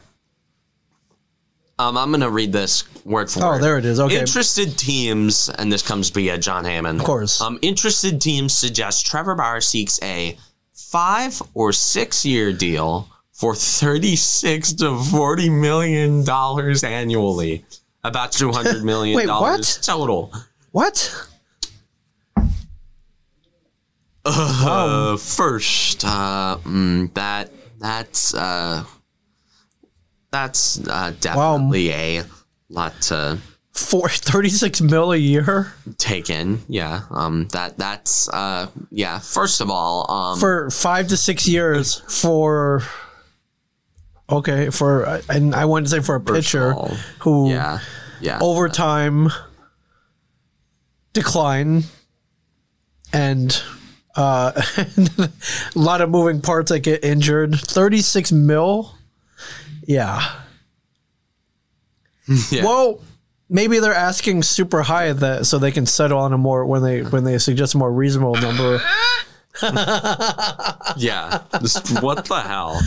A: Um, I'm gonna read this word for
B: oh,
A: word.
B: there it is. Okay,
A: Interested teams, and this comes via John Hammond. Of
B: course.
A: Um, interested teams suggest Trevor Bauer seeks a five or six year deal for thirty six to forty million dollars annually, about two hundred million
B: Wait, what?
A: dollars total.
B: what? Oh.
A: Uh, first, uh, mm, that that's uh, that's uh, definitely a lot to
B: Four, 36 mil a year
A: take in. Yeah. Um. That that's uh. Yeah. First of all, um.
B: for five to six years for okay for and I wanted to say for a pitcher
A: all,
B: who
A: yeah. Yeah.
B: over time decline and uh, a lot of moving parts that get injured. Thirty six mil, yeah.
A: Yeah.
B: Well, maybe they're asking super high that so they can settle on a more when they when they suggest a more reasonable number.
A: yeah. Just what the hell?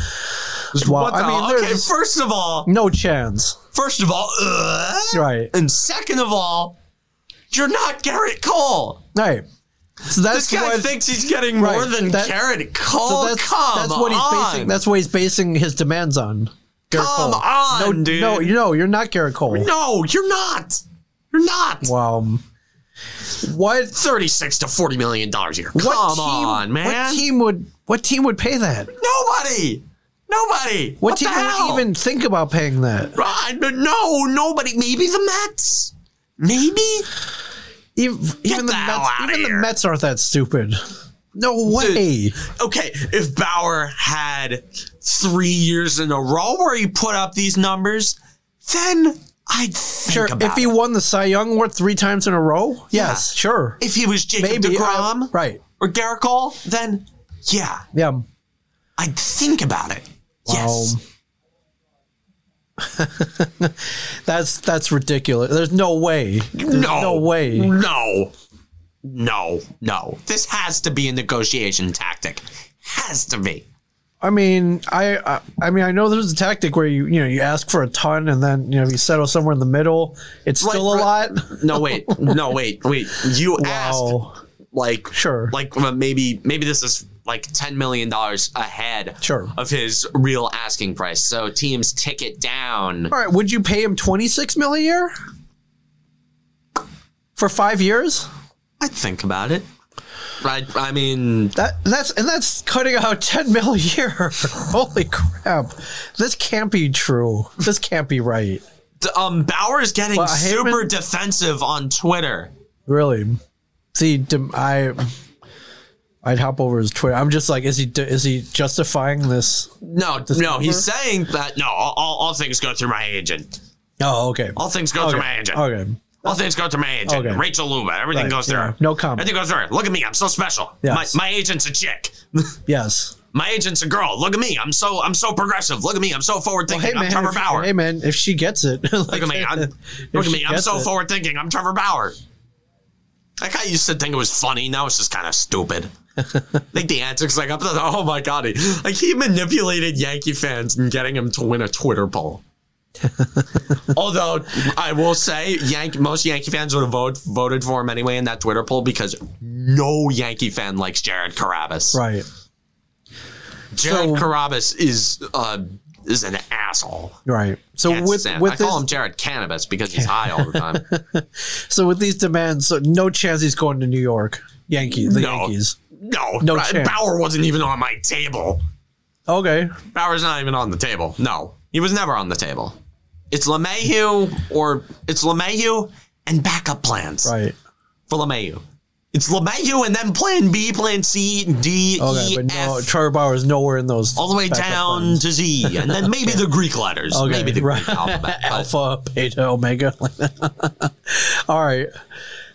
A: Just
B: Wow,
A: what the
B: I mean,
A: hell? Okay.
B: there's-
A: First of all,
B: No chance,
A: first of all, uh,
B: right?
A: and second of all, you're not Garrett Cole.
B: Right. So that's
A: This guy
B: what.
A: thinks he's getting
B: Right,
A: more than
B: that-
A: Garrett Cole.
B: so that's,
A: Come
B: that's what he's
A: on.
B: basing. That's what he's basing his demands on. Garrett
A: Come
B: Cole.
A: on,
B: no,
A: dude.
B: No, you know you're not Garrett Cole.
A: no, you're not. You're not.
B: Wow. What?
A: 36 to 40 million dollars a year. Come
B: What team,
A: on, man.
B: What team would? What team would pay that? What,
A: Nobody. Nobody. What,
B: team
A: the hell?
B: would even think about paying that?
A: Right, but no, nobody. Maybe the Mets. Maybe.
B: Even, even the,
A: the hell
B: Mets,
A: outta
B: even the
A: here.
B: Mets aren't that stupid. No way.
A: Okay, if Bauer had three years in a row where he put up these numbers, then I'd think
B: Sure.
A: about
B: If he
A: it.
B: won the Cy Young Award three times in a row, yes, sure.
A: If he was Jacob
B: Maybe.
A: DeGrom
B: I- right.
A: or Garrett Cole, then yeah,
B: Yeah.
A: I'd think about it. Yes.
B: Um, That's that's ridiculous. There's no way. There's
A: no.
B: no way.
A: No. No. No. This has to be a negotiation tactic. Has to be.
B: I mean, I, I I mean, I know there's a tactic where you you know you ask for a ton and then you know you settle somewhere in the middle. It's still a
A: right.
B: lot.
A: No, wait. No, wait. Wait. You asked
B: Wow.
A: like
B: Sure.
A: like uh, maybe maybe this is like 10 million dollars ahead
B: Sure.
A: of his real asking price. So teams tick it down.
B: All right. Would you pay him twenty six mil a year for five years?
A: I'd think about it. I I mean,
B: That that's and that's cutting out ten mil a year. Holy crap! This can't be true. This can't be right.
A: d- um Bauer's getting
B: Well, Heyman-
A: super defensive on Twitter.
B: Really? See, dem- I, I'd hop over his Twitter. I'm just like, is he is he justifying this?
A: No, no, he's saying that no, all, all, all things go through my agent.
B: Oh, okay.
A: All things go through my agent.
B: Okay.
A: All things go through my agent.
B: Okay.
A: Rachel Luba, everything
B: Right,
A: goes through
B: yeah.
A: her.
B: No comment.
A: Everything goes through her. Look at me, I'm so special.
B: Yes.
A: My, my agent's a chick.
B: Yes.
A: My agent's a girl. Look at me. I'm so I'm so progressive. Look at me. I'm so forward
B: Hey
A: thinking.
B: man,
A: I'm Trevor
B: if,
A: Bauer.
B: hey man, if she gets it,
A: look at me. I'm,
B: if
A: look at
B: she
A: me. I'm
B: gets
A: so
B: it.
A: forward thinking. I'm Trevor Bauer. Like I used to think it was funny. Now it's just kind of stupid. like the antics, like up to the, oh my god, he, like he manipulated Yankee fans and getting him to win a Twitter poll. Although I will say, Yank, most Yankee fans would have vote, voted for him anyway in that Twitter poll because no Yankee fan likes Jared Carabas.
B: right.
A: Jared
B: So-
A: Carabas is uh, is an asshole.
B: Right. So
A: Can't
B: with
A: stand- I
B: with
A: call
B: this,
A: him Jared Cannabis because he's high all the time.
B: so with these demands, so no chance he's going to New York. Yankees, the
A: No.
B: Yankees.
A: No,
B: No
A: Bra-
B: chance.
A: Bauer wasn't even on my table.
B: Okay.
A: Bauer's not even on the table. No, he was never on the table. It's LeMahieu or it's LeMahieu and backup plans
B: Right.
A: for LeMahieu. It's LeMahieu and then plan B, plan C, D,
B: Okay,
A: E,
B: but no,
A: F,
B: Trevor Bauer is nowhere in those.
A: all the way
B: backup
A: down
B: lines.
A: to Z, and then maybe the Greek letters,
B: Okay,
A: maybe the
B: right.
A: Greek alphabet. but-
B: Alpha, beta, omega. All right.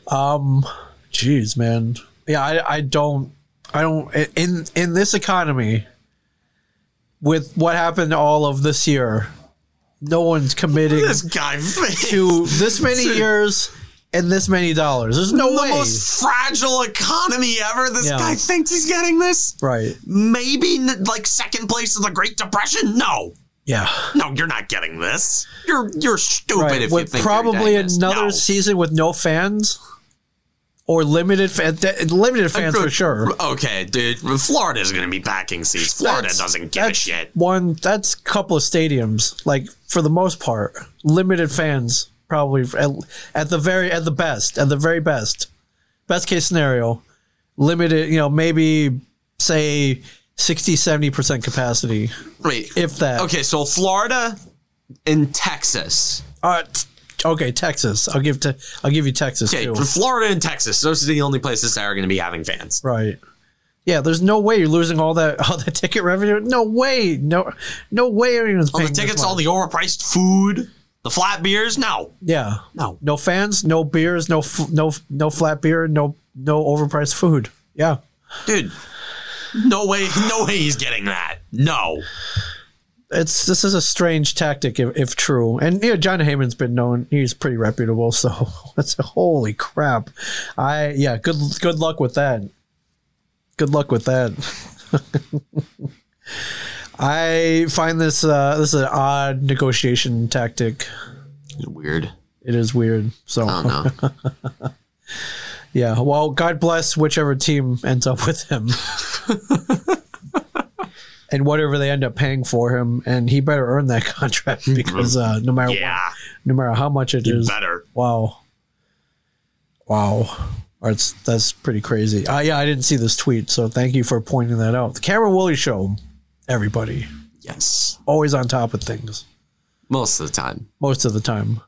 B: Um, jeez, man. Yeah, I, I don't, I don't. In in this economy, with what happened all of this year, no one's committing
A: this guy,
B: to this many years and this many dollars. There's no
A: the
B: way.
A: most fragile economy ever. This
B: Yeah.
A: guy thinks he's getting this.
B: right.
A: Maybe n- like second place of the Great Depression. No,
B: Yeah.
A: no, you're not getting this. You're you're stupid
B: Right.
A: if you
B: With
A: think
B: probably
A: you're getting
B: another
A: this.
B: season with no fans. Or limited, fan, limited fans for sure.
A: No. Okay, dude, Florida's gonna be packing seats. Florida
B: That's-
A: doesn't give a
B: that's
A: shit.
B: One, that's a couple of stadiums. Like for the most part, limited fans probably at, at the very at the best at the very best best case scenario, limited. You know, maybe say 60 70 percent capacity,
A: Wait,
B: if that.
A: okay, so Florida and Texas.
B: Uh, t- okay, Texas. I'll give to I'll give you Texas
A: Okay,
B: too.
A: Florida and Texas. Those are the only places that are gonna be having fans.
B: Right. Yeah, there's no way you're losing all that all that ticket revenue. No way. No no way anyone's
A: All
B: paying
A: the
B: this
A: tickets,
B: much.
A: all the overpriced food, the flat beers. No,
B: Yeah.
A: no,
B: no fans, no beers, no f- no no flat beer, no no overpriced food. Yeah,
A: dude. No way, no way he's getting that. No.
B: it's this is a strange tactic if, if true. And you know, John Heyman's been known; he's pretty reputable. So it's holy crap. I yeah, good good luck with that. Good luck with that. I find this uh, this is an odd negotiation tactic.
A: Weird.
B: It is weird. So
A: Oh no.
B: yeah, well, God bless whichever team ends up with him. and whatever they end up paying for him, and he better earn that contract because uh, no matter what,
A: yeah.
B: no matter how much it is,
A: Better.
B: wow, wow, that's that's pretty crazy. Uh, yeah, I didn't see this tweet, so thank you for pointing that out. The Cameron Woolley Show, everybody
A: Yes.
B: always on top of things
A: Most of the time.
B: most of the time.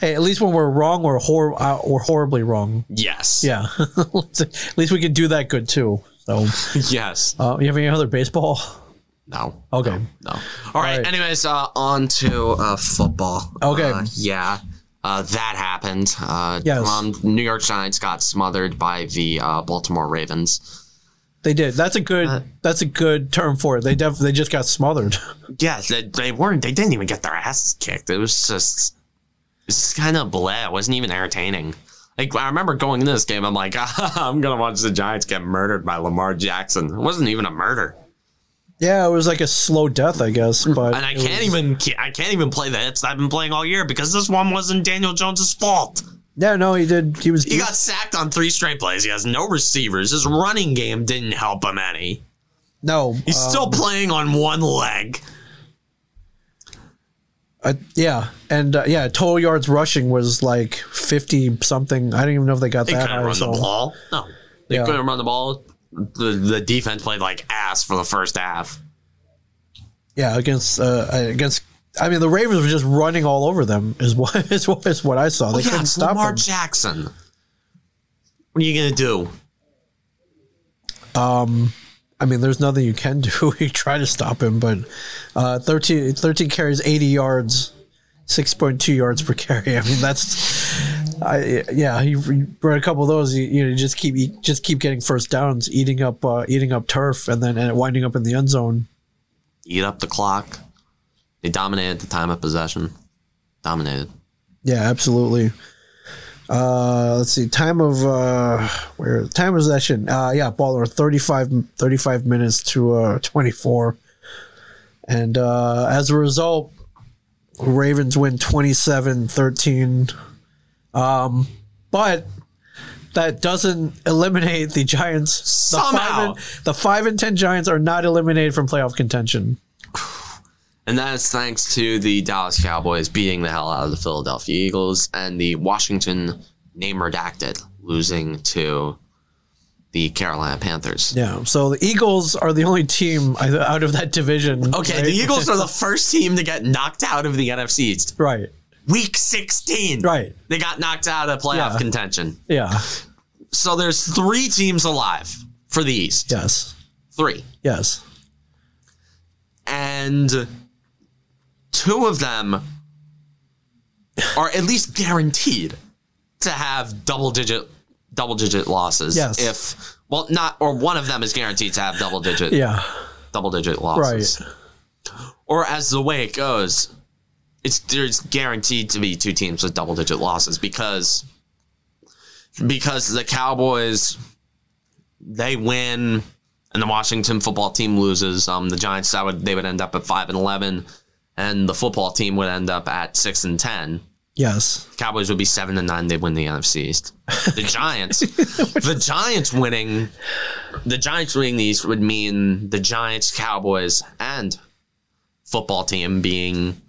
B: Hey, at least when we're wrong, we're hor- uh, we're horribly wrong.
A: Yes.
B: Yeah, at least we can do that good too. So,
A: Yes.
B: uh, you have any other baseball?
A: No.
B: Okay,
A: No. All right.
B: Oh. right.
A: Anyways, uh, on to uh, football.
B: Okay.
A: Uh, yeah. Uh, that happened. Uh,
B: Yes.
A: um, New York Giants got smothered by the uh, Baltimore Ravens.
B: they did. That's a good.
A: Uh,
B: that's a good term for it. They def- they just got smothered.
A: Yes, they, they weren't. They didn't even get their asses kicked. It was just, it's just kind of blah. It wasn't even entertaining. Like I remember going into this game, I'm like, I'm gonna watch the Giants get murdered by Lamar Jackson. It wasn't even a murder,
B: Yeah, it was like a slow death, I guess. But
A: and I
B: it
A: can't
B: was-
A: even, I can't even play the hits I've been playing all year because this one wasn't Daniel Jones's fault.
B: Yeah, no, he did. He was.
A: He got sacked on three straight plays. He has no receivers. His running game didn't help him any.
B: no.
A: He's
B: uh,
A: still playing on one leg.
B: I- yeah, and uh, yeah, total yards rushing was like fifty something. I don't even know if they got
A: They
B: that
A: couldn't
B: high.
A: run
B: so-
A: the ball. No, they
B: Yeah.
A: couldn't run the ball. The, the defense played like ass for the first half.
B: Yeah, against uh, against. I mean, the Ravens were just running all over them. Is what is what is what I saw.
A: But
B: They
A: Oh, yeah,
B: couldn't
A: it's
B: stop
A: Lamar
B: them.
A: Jackson. What are you gonna do?
B: I mean, there's nothing you can do. you try to stop him, but uh, 13, 13 carries, eighty yards, six point two yards per carry. I mean, that's. I, yeah, you you run a couple of those. You, you know, you just keep you just keep getting first downs, eating up uh, eating up turf, and then and winding up in the end zone.
A: Eat up the clock. They dominated the time of possession. Dominated.
B: Yeah, absolutely. Uh, let's see. Time of uh, where time of possession. Uh, yeah, Baltimore 35, 35 minutes to uh, twenty four, and uh, as a result, Ravens win 27-13. Um, but that doesn't eliminate the Giants. The
A: Somehow.
B: five and, the five and ten Giants are not eliminated from playoff contention.
A: And that is thanks to the Dallas Cowboys beating the hell out of the Philadelphia Eagles and the Washington name redacted losing to the Carolina Panthers.
B: Yeah. So the Eagles are the only team I- out of that division.
A: Okay,
B: right?
A: the Eagles are the first team to get knocked out of the NFC East.
B: Right.
A: Week 16.
B: Right.
A: They got knocked out of playoff
B: Yeah.
A: contention.
B: Yeah.
A: So there's three teams alive for the East.
B: Yes.
A: Three.
B: Yes.
A: And two of them are at least guaranteed to have double digit double digit losses.
B: Yes.
A: If well not or one of them is guaranteed to have double digit
B: Yeah.
A: double digit losses. Or as the way it goes, it's there's guaranteed to be two teams with double digit losses because because the Cowboys they win and the Washington football team loses. Um the Giants that would they would end up at five and eleven and the football team would end up at six and ten.
B: Yes.
A: Cowboys would be seven and nine. They win the NFC East. The Giants, the Giants winning, the Giants winning the East would mean the Giants, Cowboys, and football team being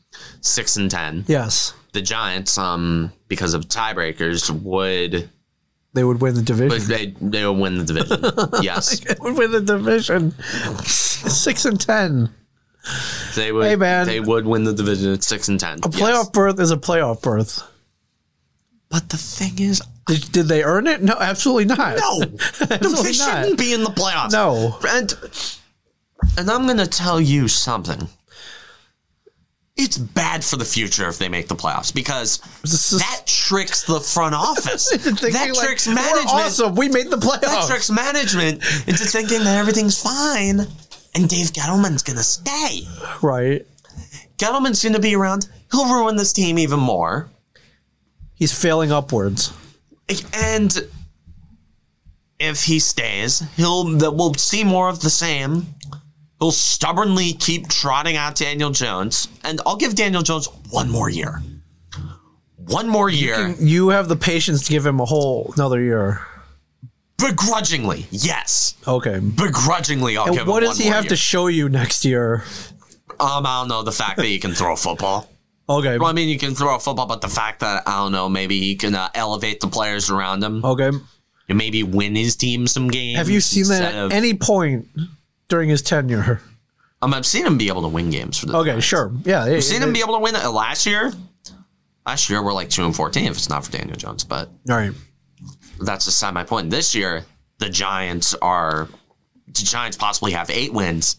A: six and ten.
B: Yes.
A: The Giants, um, because of tiebreakers, would
B: They would win the
A: would-
B: division.
A: they they would win the division. yes,
B: They would win the division. Six and ten.
A: they would.
B: Hey, man.
A: They would win the division at six and ten.
B: A playoff berth is a playoff berth.
A: But the thing is,
B: Did, did they earn it? No, absolutely not.
A: no, no, they
B: Absolutely
A: shouldn't
B: not.
A: be in the playoffs.
B: No.
A: And and I'm gonna tell you something. It's bad for the future if they make the playoffs because
B: This is-
A: that tricks the front office.
B: thinking
A: that
B: like,
A: tricks
B: "We're
A: management.
B: Awesome. We made the
A: That
B: playoffs.
A: tricks management into thinking that everything's fine and Dave Gettleman's gonna stay.
B: right.
A: Gettleman's gonna be around. He'll ruin this team even more.
B: He's failing upwards.
A: And if he stays, he'll that we'll see more of the same. He'll stubbornly keep trotting out Daniel Jones, and I'll give Daniel Jones one more year. One more year,
B: You have the patience to give him a whole another year.
A: begrudgingly. Yes,
B: Okay.
A: begrudgingly. I'll give
B: What
A: him
B: does
A: one
B: he
A: more
B: have
A: year.
B: to show you next year?
A: um, I don't know the fact that he can throw a football.
B: Okay.
A: Well, I mean, you can throw a football, but the fact that I don't know, maybe he can uh, elevate the players around him,
B: Okay.
A: and maybe win his team some games.
B: Oh. Have you seen that
A: instead
B: at
A: of-
B: any point during his tenure?
A: um, I've seen him be able to win games for the
B: Okay, sure. Yeah.
A: Seen him be able to win it last year. Last year we're like two and fourteen if it's not for Daniel Jones, but
B: All right.
A: that's aside my point. This year, the Giants are the Giants possibly have eight wins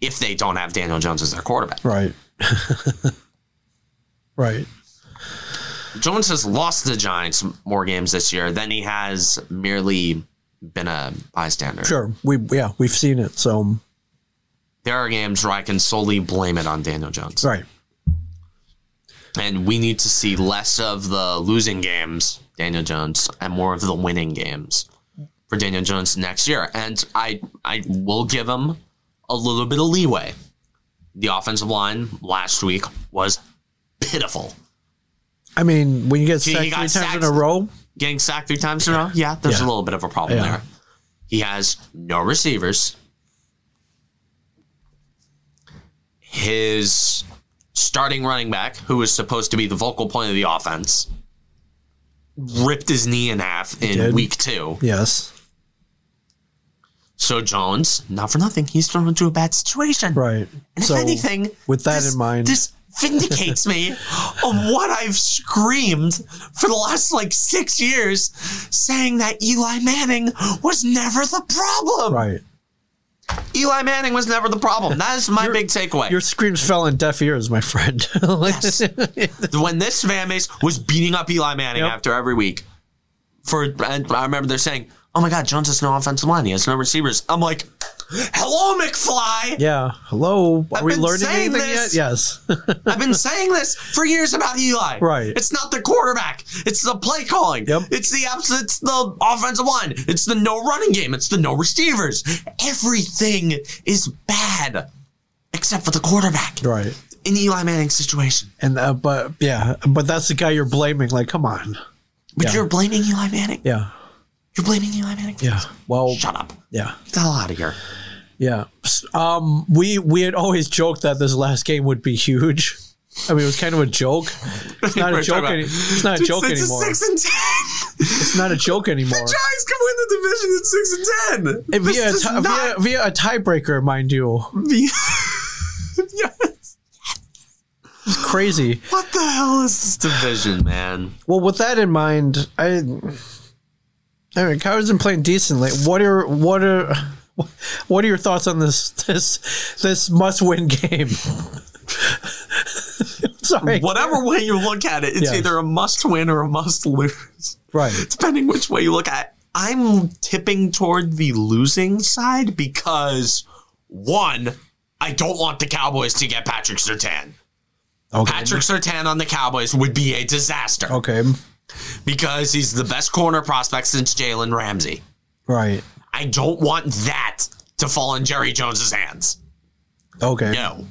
A: if they don't have Daniel Jones as their quarterback.
B: Right. right.
A: Jones has lost the Giants more games this year than he has merely been a bystander.
B: Sure. We yeah, we've seen it. So
A: There are games where I can solely blame it on Daniel Jones.
B: right.
A: And we need to see less of the losing games, Daniel Jones, and more of the winning games for Daniel Jones next year. And I I will give him a little bit of leeway. The offensive line last week was pitiful.
B: I mean, when you get
A: He-
B: sacked
A: he
B: three
A: got
B: times in
A: sacked.
B: a row,
A: Getting sacked three times in a row, yeah, there's
B: Yeah.
A: a little bit of a problem
B: Yeah.
A: there. He has no receivers. His starting running back, who was supposed to be the vocal point of the offense, ripped his knee in half in
B: did.
A: week two.
B: yes.
A: So Jones, not for nothing, he's thrown into a bad situation.
B: Right.
A: And
B: so
A: if anything,
B: with that
A: this-
B: in mind-
A: this vindicates me on what I've screamed for the last like six years, saying that Eli Manning was never the problem.
B: right.
A: Eli Manning was never the problem. That is my big takeaway.
B: Your screams fell on deaf ears, my friend. Like-
A: Yes. when this fan base was beating up Eli Manning
B: Yep.
A: after every week, for and I remember they're saying, "Oh my God, Jones has no offensive line. He has no receivers." I'm like, "Hello, McFly."
B: Yeah. Hello. Are
A: I've
B: we
A: been
B: learning
A: saying
B: anything
A: this.
B: yet? Yes.
A: I've been saying this for years about Eli.
B: Right.
A: It's not the quarterback. It's the play calling.
B: Yep.
A: It's the abs- It's the offensive line. It's the no running game. It's the no receivers. Everything is bad, except for the quarterback
B: right.
A: in Eli Manning's situation.
B: And uh, but yeah, but that's the guy you're blaming. Like, come on.
A: But
B: Yeah.
A: you're blaming Eli Manning.
B: Yeah.
A: You're blaming Eli Manning.
B: Yeah. Well.
A: Shut up.
B: Yeah.
A: Get the hell out of here.
B: Yeah. S- Um, we we had always joked that this last game would be huge. I mean, it was kind of a joke. It's not
A: We're
B: a joke.
A: talking
B: Any,
A: about-
B: it's not a joke
A: it's
B: anymore.
A: A six and ten.
B: It's not a joke anymore.
A: Giants can win the division at six and ten.
B: And
A: This
B: Via, a
A: does
B: ti-
A: not
B: via, via a tiebreaker, mind you.
A: be- yes.
B: It's crazy.
A: What the hell is this division, man?
B: Well, with that in mind, I. I mean, Kyler's been playing decently. What are what are what are your thoughts on this this this must win game? Sorry,
A: Whatever way you look at it, it's
B: Yeah.
A: either a must win or a must lose,
B: right?
A: depending which way you look at it. I'm tipping toward the losing side because, one, I don't want the Cowboys to get Patrick Sertan.
B: Okay,
A: Patrick Sertan on the Cowboys would be a disaster
B: okay,
A: because he's the best corner prospect since Jalen Ramsey.
B: right,
A: I don't want that to fall in Jerry Jones's hands.
B: okay,
A: No.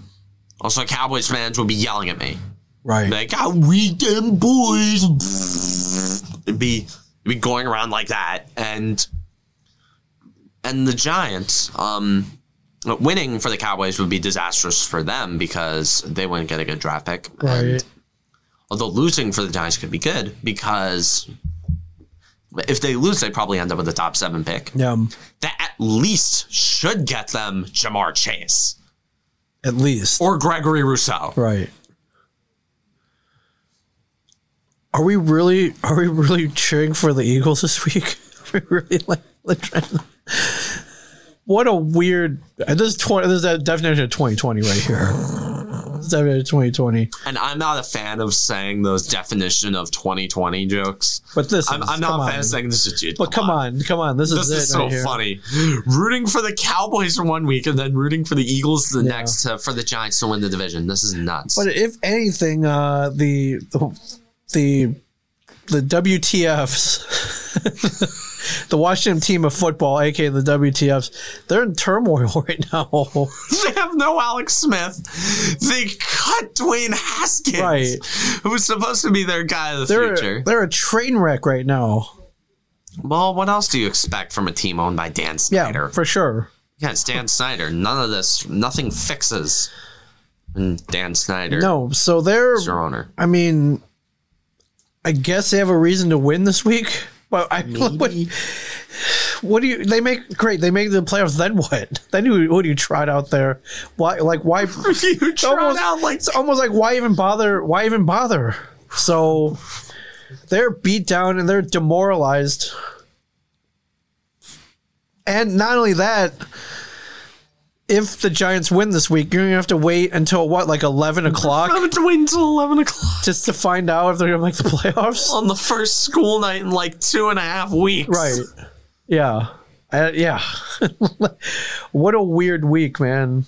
A: Also, Cowboys fans would be yelling at me.
B: right.
A: Like, oh, we them boys. It'd be, it'd be going around like that. And and the Giants, um, winning for the Cowboys would be disastrous for them because they wouldn't get a good draft pick.
B: Right.
A: And although losing for the Giants could be good because if they lose, they probably end up with a top seven pick.
B: Yeah. um,
A: That at least should get them Jamar Chase
B: At least.
A: or Gregory Rousseau.
B: Right. Are we really are we really cheering for the Eagles this week? Are we really like, like trying to- What a weird uh, this is twenty this is a definition of twenty twenty right here. This is definition of twenty twenty.
A: And I'm not a fan of saying those definition of 2020 jokes.
B: But this
A: I'm,
B: is,
A: I'm not
B: come
A: a fan
B: on.
A: of saying this is dude.
B: But come on, come on, this is
A: This
B: it
A: is so
B: right here.
A: funny. Rooting for the Cowboys for one week and then rooting for the Eagles the
B: Yeah.
A: next uh, for the Giants to win the division. This is nuts.
B: But if anything, uh, the the the WTFs, the Washington team of football, aka the WTFs, they're in turmoil right now.
A: they have no Alex Smith. They cut Dwayne Haskins,
B: Right.
A: who was supposed to be their guy of the
B: They're
A: future.
B: they're a train wreck right now.
A: Well, what else do you expect from a team owned by Dan
B: Yeah,
A: Snyder?
B: for sure.
A: Yeah, it's Dan Snyder. None of this, nothing fixes. And Dan Snyder,
B: No, so they're.
A: is their owner.
B: I mean, I guess they have a reason to win this week. But I what, what do you? They make great. They make the playoffs. Then what? Then who, who do you trot out there? Why? Like why?
A: you trot
B: almost-
A: out like
B: it's almost like why even bother why even bother So they're beat down and they're demoralized. And not only that, if the Giants win this week, you're gonna have to wait until what, like eleven o'clock,
A: I'm waiting until 11 o'clock
B: just to find out if they're gonna make the playoffs.
A: on the first school night in like two and a half weeks.
B: Right? Yeah. Uh, yeah. what a weird week, man.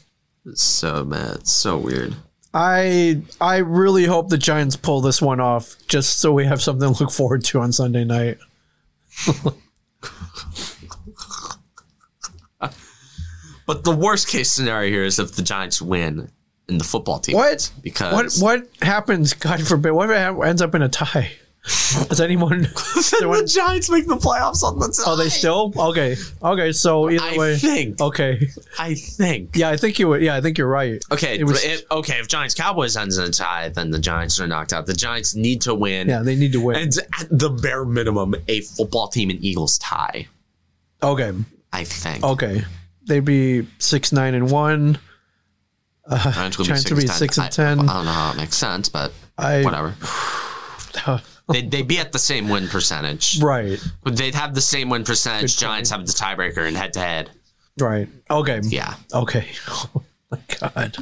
A: It's so bad. So weird.
B: I I really hope the Giants pull this one off just so we have something to look forward to on Sunday night.
A: But the worst case scenario here is if the Giants win and the football team.
B: What?
A: Because
B: What what happens? God forbid. What if it ha- ends up in a tie? Does anyone?
A: Then the Giants make the playoffs on the tie.
B: Are Oh, they still Oh. okay? Okay, so either
A: I
B: way,
A: think.
B: okay.
A: I think.
B: Yeah, I think you. would- Yeah, I think you're right.
A: Okay,
B: It was-
A: but it- okay. If Giants Cowboys ends in a tie, then the Giants are knocked out. The Giants need to win,
B: Yeah, they need to win.
A: and at the bare minimum, a football team and Eagles tie.
B: Okay,
A: I think.
B: okay. They'd be six, nine, and one.
A: Giants would
B: Giants would be
A: 6
B: six and
A: I,
B: 10.
A: I don't know how it makes sense, but
B: I
A: whatever. they they be at the same win percentage.
B: right,
A: They'd have the same win percentage.
B: Good
A: Giants have the tiebreaker in head to head.
B: right. Okay,
A: Yeah.
B: okay. Oh my god,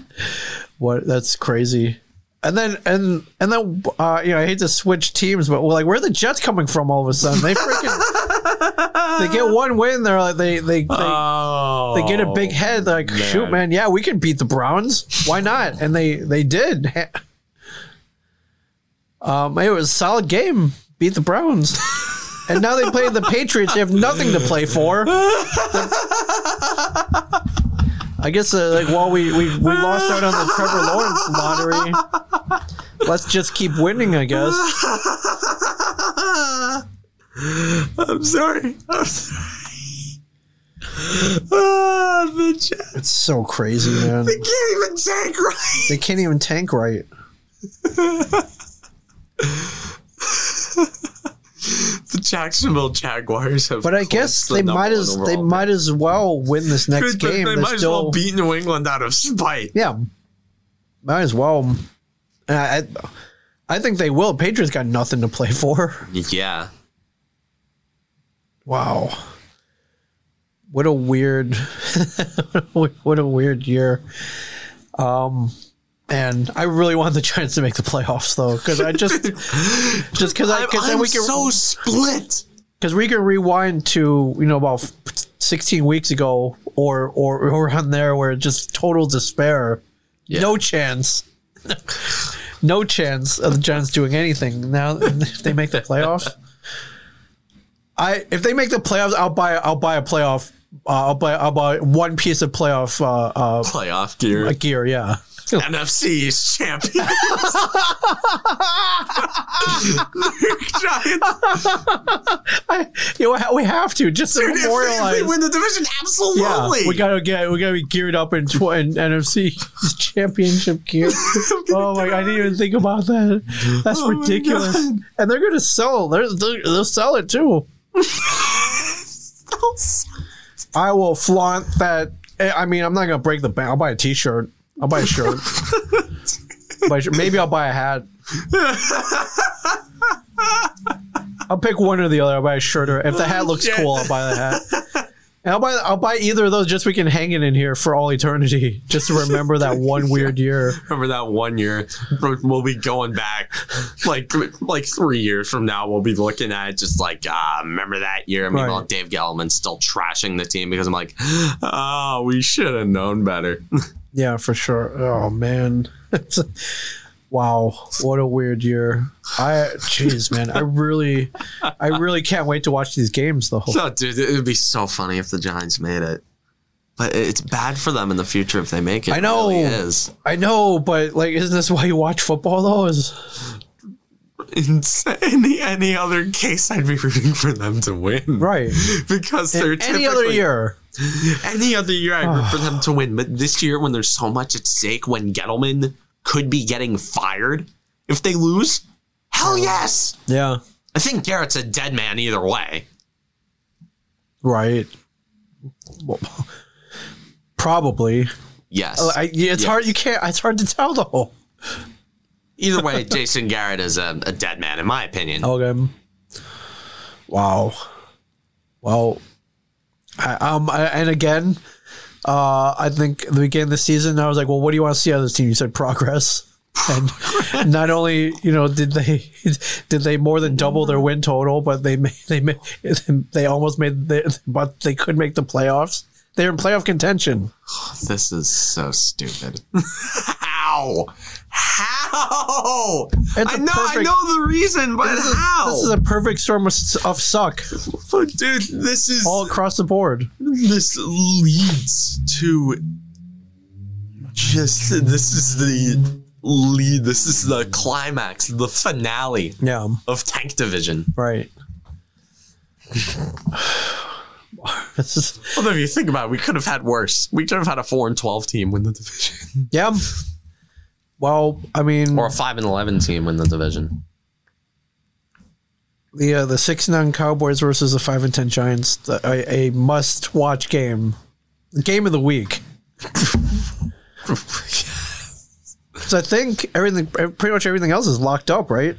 B: what? That's crazy. And then and and then uh, you know I hate to switch teams, but well, like where are the Jets coming from all of a sudden? They freaking they get one win, they're like they they. they
A: Oh.
B: they get a big head they're like shoot man yeah we can beat the browns why not and they they did um it was a solid game beat the browns and now they play the patriots they have nothing to play for i guess uh, like while we, we we lost out on the trevor lawrence lottery let's just keep winning i guess
A: I'm sorry. I'm sorry. Ah, the Jets
B: it's so crazy man
A: can't even tank right.
B: they can't even tank right
A: The Jacksonville Jaguars have.
B: but i guess
A: clinched the
B: they
A: number
B: might
A: one
B: as they
A: overall
B: might as well win this next
A: pick. They-
B: game
A: They
B: They're
A: might as well beat New England out of spite.
B: Yeah, might as well. And I, I- I think they will. Patriots got nothing to play for.
A: Yeah.
B: Wow, what a weird, what a weird year. Um, and I really want the Giants to make the playoffs though, because I just, just because I,
A: I'm,
B: because then
A: I'm
B: we can,
A: so split.
B: because we can rewind to you know about f- 16 weeks ago or or or on there where just total despair no chance no chance of the giants doing anything now if they make the playoffs i if they make the playoffs i'll buy i'll buy a playoff uh, i'll buy i'll buy one piece of playoff uh, uh
A: Playoff gear.
B: gear yeah
A: NFC is champion. Giants.
B: you know, we have to just to
A: Dude, if they-
B: memorialize
A: they win the division,
B: yeah,
A: absolutely.
B: we gotta get we gotta be geared up in, tw- in NFC championship gear. oh my! I didn't even think about that. That's
A: Oh my
B: ridiculous.
A: God.
B: And they're gonna sell. They're, they're, they'll sell it too. I will flaunt that. Eh, I I mean, I'm not gonna break the bank. I'll buy a T-shirt. I'll buy a shirt. buy a shirt. Maybe I'll buy a hat. I'll pick one or the other. I'll buy a shirt, or if the hat looks
A: shit.
B: cool, I'll buy the hat. And I'll buy I'll buy either of those just so we can hang it in here for all eternity, just to remember that one weird year.
A: Remember that one year? We'll be going back, like like three years from now. We'll be looking at it just like, ah, remember that year? Meanwhile,
B: Right.
A: Dave Gettleman's still trashing the team because I'm like, oh, we should have known better.
B: Yeah, for sure. Oh man, It's- wow, what a weird year. I jeez, man, I really, I really can't wait to watch these games though.
A: No, dude, it would be so funny if the Giants made it. But it's bad for them in the future if they make it.
B: I know.
A: It really is.
B: I know, but like, isn't this why you watch football though? Is
A: In any, any other case, I'd be rooting for them to win.
B: right.
A: Because they're
B: Any other
A: typically-
B: year,
A: Any other year, I root for
B: Ah.
A: them to win. But this year, when there's so much at stake, when Gettleman could be getting fired if they lose, hell yes.
B: yeah,
A: I think Garrett's a dead man either way.
B: right. Well, probably.
A: Yes.
B: Oh, I, yeah, it's
A: Yes.
B: hard. You can't. It's hard to tell though.
A: Either way, Jason Garrett is a, a dead man, in my opinion.
B: Okay. Wow. Well, I, um, I, and again, uh, I think at the beginning of the season, I was like, well, what do you want to see out of this team? You said progress. And not only you know did they did they more than double their win total, but they ma- they ma- they almost made the, but they could make the playoffs. They're in playoff contention.
C: This is so stupid. how? How?
B: It's
C: I
B: a
C: know, I
B: perfect-
C: know the reason, but
B: This is,
C: how?
B: this is a perfect storm of, s- of suck
C: Dude, this is
B: all across the board.
C: this leads to just this is the lead. This is the climax, the finale
B: Yeah,
C: of Tank Division.
B: right. this is
C: Although, if you think about it, we could have had worse. We could have had a four and twelve team win the division,
B: Yeah. Well, I mean,
A: Or a 5 and 11 team win the division.
B: the uh, the six nine Cowboys versus the five and ten Giants, the, a, a must watch game, The game of the week. so I think everything, pretty much everything else is locked up, right?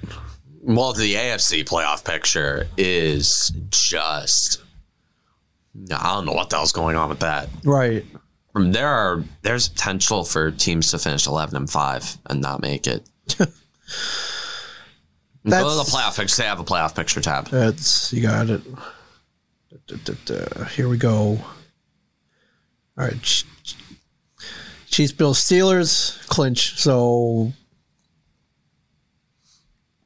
A: Well, the AFC playoff picture is just. I don't know what the hell's going on with that.
B: Right.
A: From there are there's potential for teams to finish eleven and five and not make it.
B: That's
A: Go to the playoff picture. They have a playoff picture tab.
B: That's you got it. Da, da, da, da. Here we go. All right, Ch- Ch- Chiefs, Bills, Steelers clinch. So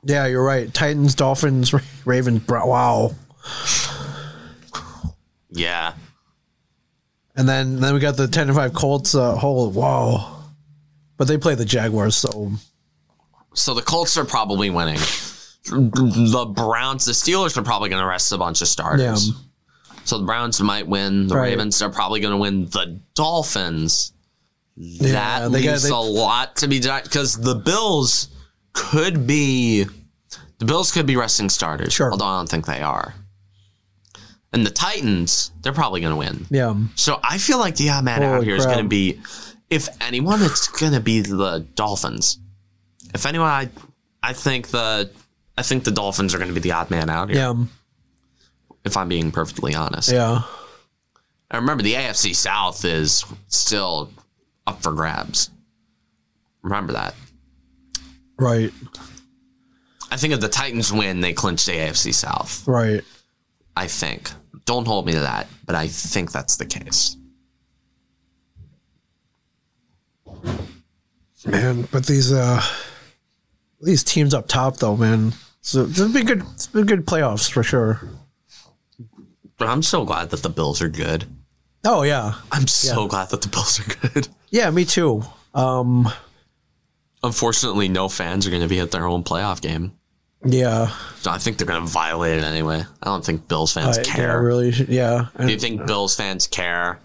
B: yeah, you're right. Titans, Dolphins, Ra- Ravens. Bro- wow.
A: Yeah.
B: And then then we got the ten and five Colts. Uh, whole wow. But they play the Jaguars, so
A: So the Colts are probably winning. The Browns, the Steelers are probably going to rest a bunch of
B: yeah,
A: starters. So the Browns might win. The
B: Right.
A: Ravens are probably going to win. The Dolphins.
B: yeah.
A: that
B: They got
A: leaves
B: they,
A: a lot to be done because the Bills could be the Bills could be resting starters.
B: Sure.
A: Although I don't think they are. And the Titans, they're probably going to win.
B: yeah.
A: So I feel like the odd man out
B: Holy
A: here is
B: crap.
A: going to be, if anyone, it's going to be the Dolphins. If anyone, I, I think the, I think the Dolphins are going to be the odd man out here.
B: Yeah,
A: If I'm being perfectly honest.
B: yeah,
A: I remember the AFC South is still up for grabs. Remember that.
B: right,
A: I think if the Titans win, they clinch the AFC South.
B: right.
A: I think. Don't hold me to that, but I think that's the case.
B: man. But these uh, these teams up top, though, man. So it's been good. It's been good playoffs for sure.
A: But I'm so glad that the Bills are good.
B: Oh yeah,
A: I'm so glad that the Bills are good.
B: yeah. Me too. Um,
A: Unfortunately, no fans are going to be at their own playoff game.
B: yeah.
A: So I think they're going to violate it anyway. I don't think Bills fans
B: I, yeah.
A: care.
B: Really. Yeah.
A: Do you
B: And
A: think Bills fans care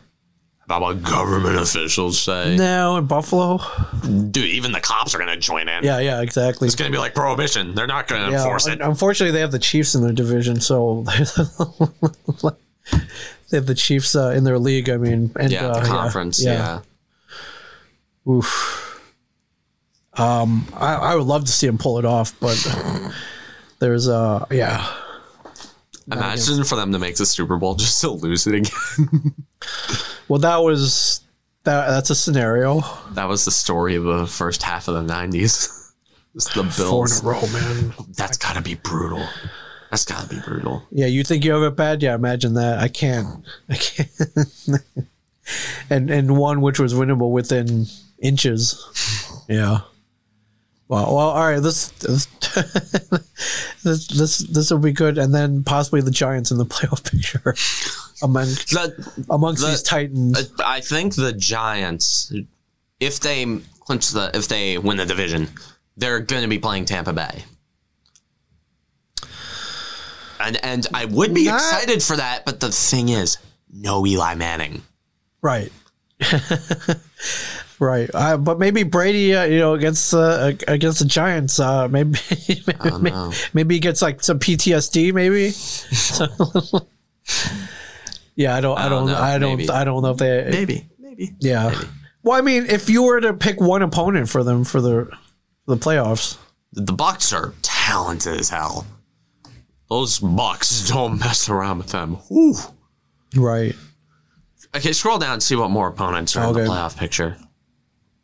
A: about what government officials say?
B: now in Buffalo.
A: Dude, even the cops are going to join in.
B: Yeah. Yeah. Exactly.
A: It's going to be like prohibition. They're not going to
B: Yeah.
A: enforce
B: un-
A: it.
B: Unfortunately, they have the Chiefs in their division, so they have the Chiefs uh, in their league. I mean, and,
A: Yeah,
B: uh,
A: the conference. yeah.
B: Oof. Um, I, I would love to see him pull it off, but there's uh, yeah.
A: Imagine for them to make the Super Bowl just to lose it again.
B: Well, that was that. That's a scenario.
A: That was the story of the first half of the '90s. It's the
B: Four in
A: Bills.
B: a row, man.
A: That's gotta be brutal. That's gotta be brutal.
B: Yeah, you think you have it bad? Yeah, imagine that. I can't. I can't. and and one which was winnable within inches. Yeah. Well, well, all right. This this this this, this will be good, and then possibly the Giants in the playoff picture among
A: The-
B: amongst
A: the-
B: these Titans.
A: uh, I think the Giants, if they clinch the, if they win the division, they're gonna be playing Tampa Bay. And and I would be
B: Not-
A: excited for that, but the thing is, no Eli Manning.
B: Right. right. Uh, but maybe Brady, uh, you know, against uh, ag- against the Giants, uh, maybe maybe,
A: know.
B: maybe he gets like some PTSD, maybe. So- yeah, I don't, I don't,
A: don't know,
B: I don't,
A: maybe.
B: I don't know if they,
A: Maybe, maybe.
B: yeah. Well, I mean, if you were to pick one opponent for them for the for the playoffs.
A: The Bucks are talented as hell. Those Bucks don't mess around with them. Whew.
B: Right.
A: Okay, scroll down and see what more opponents are in
B: Okay.
A: the playoff picture.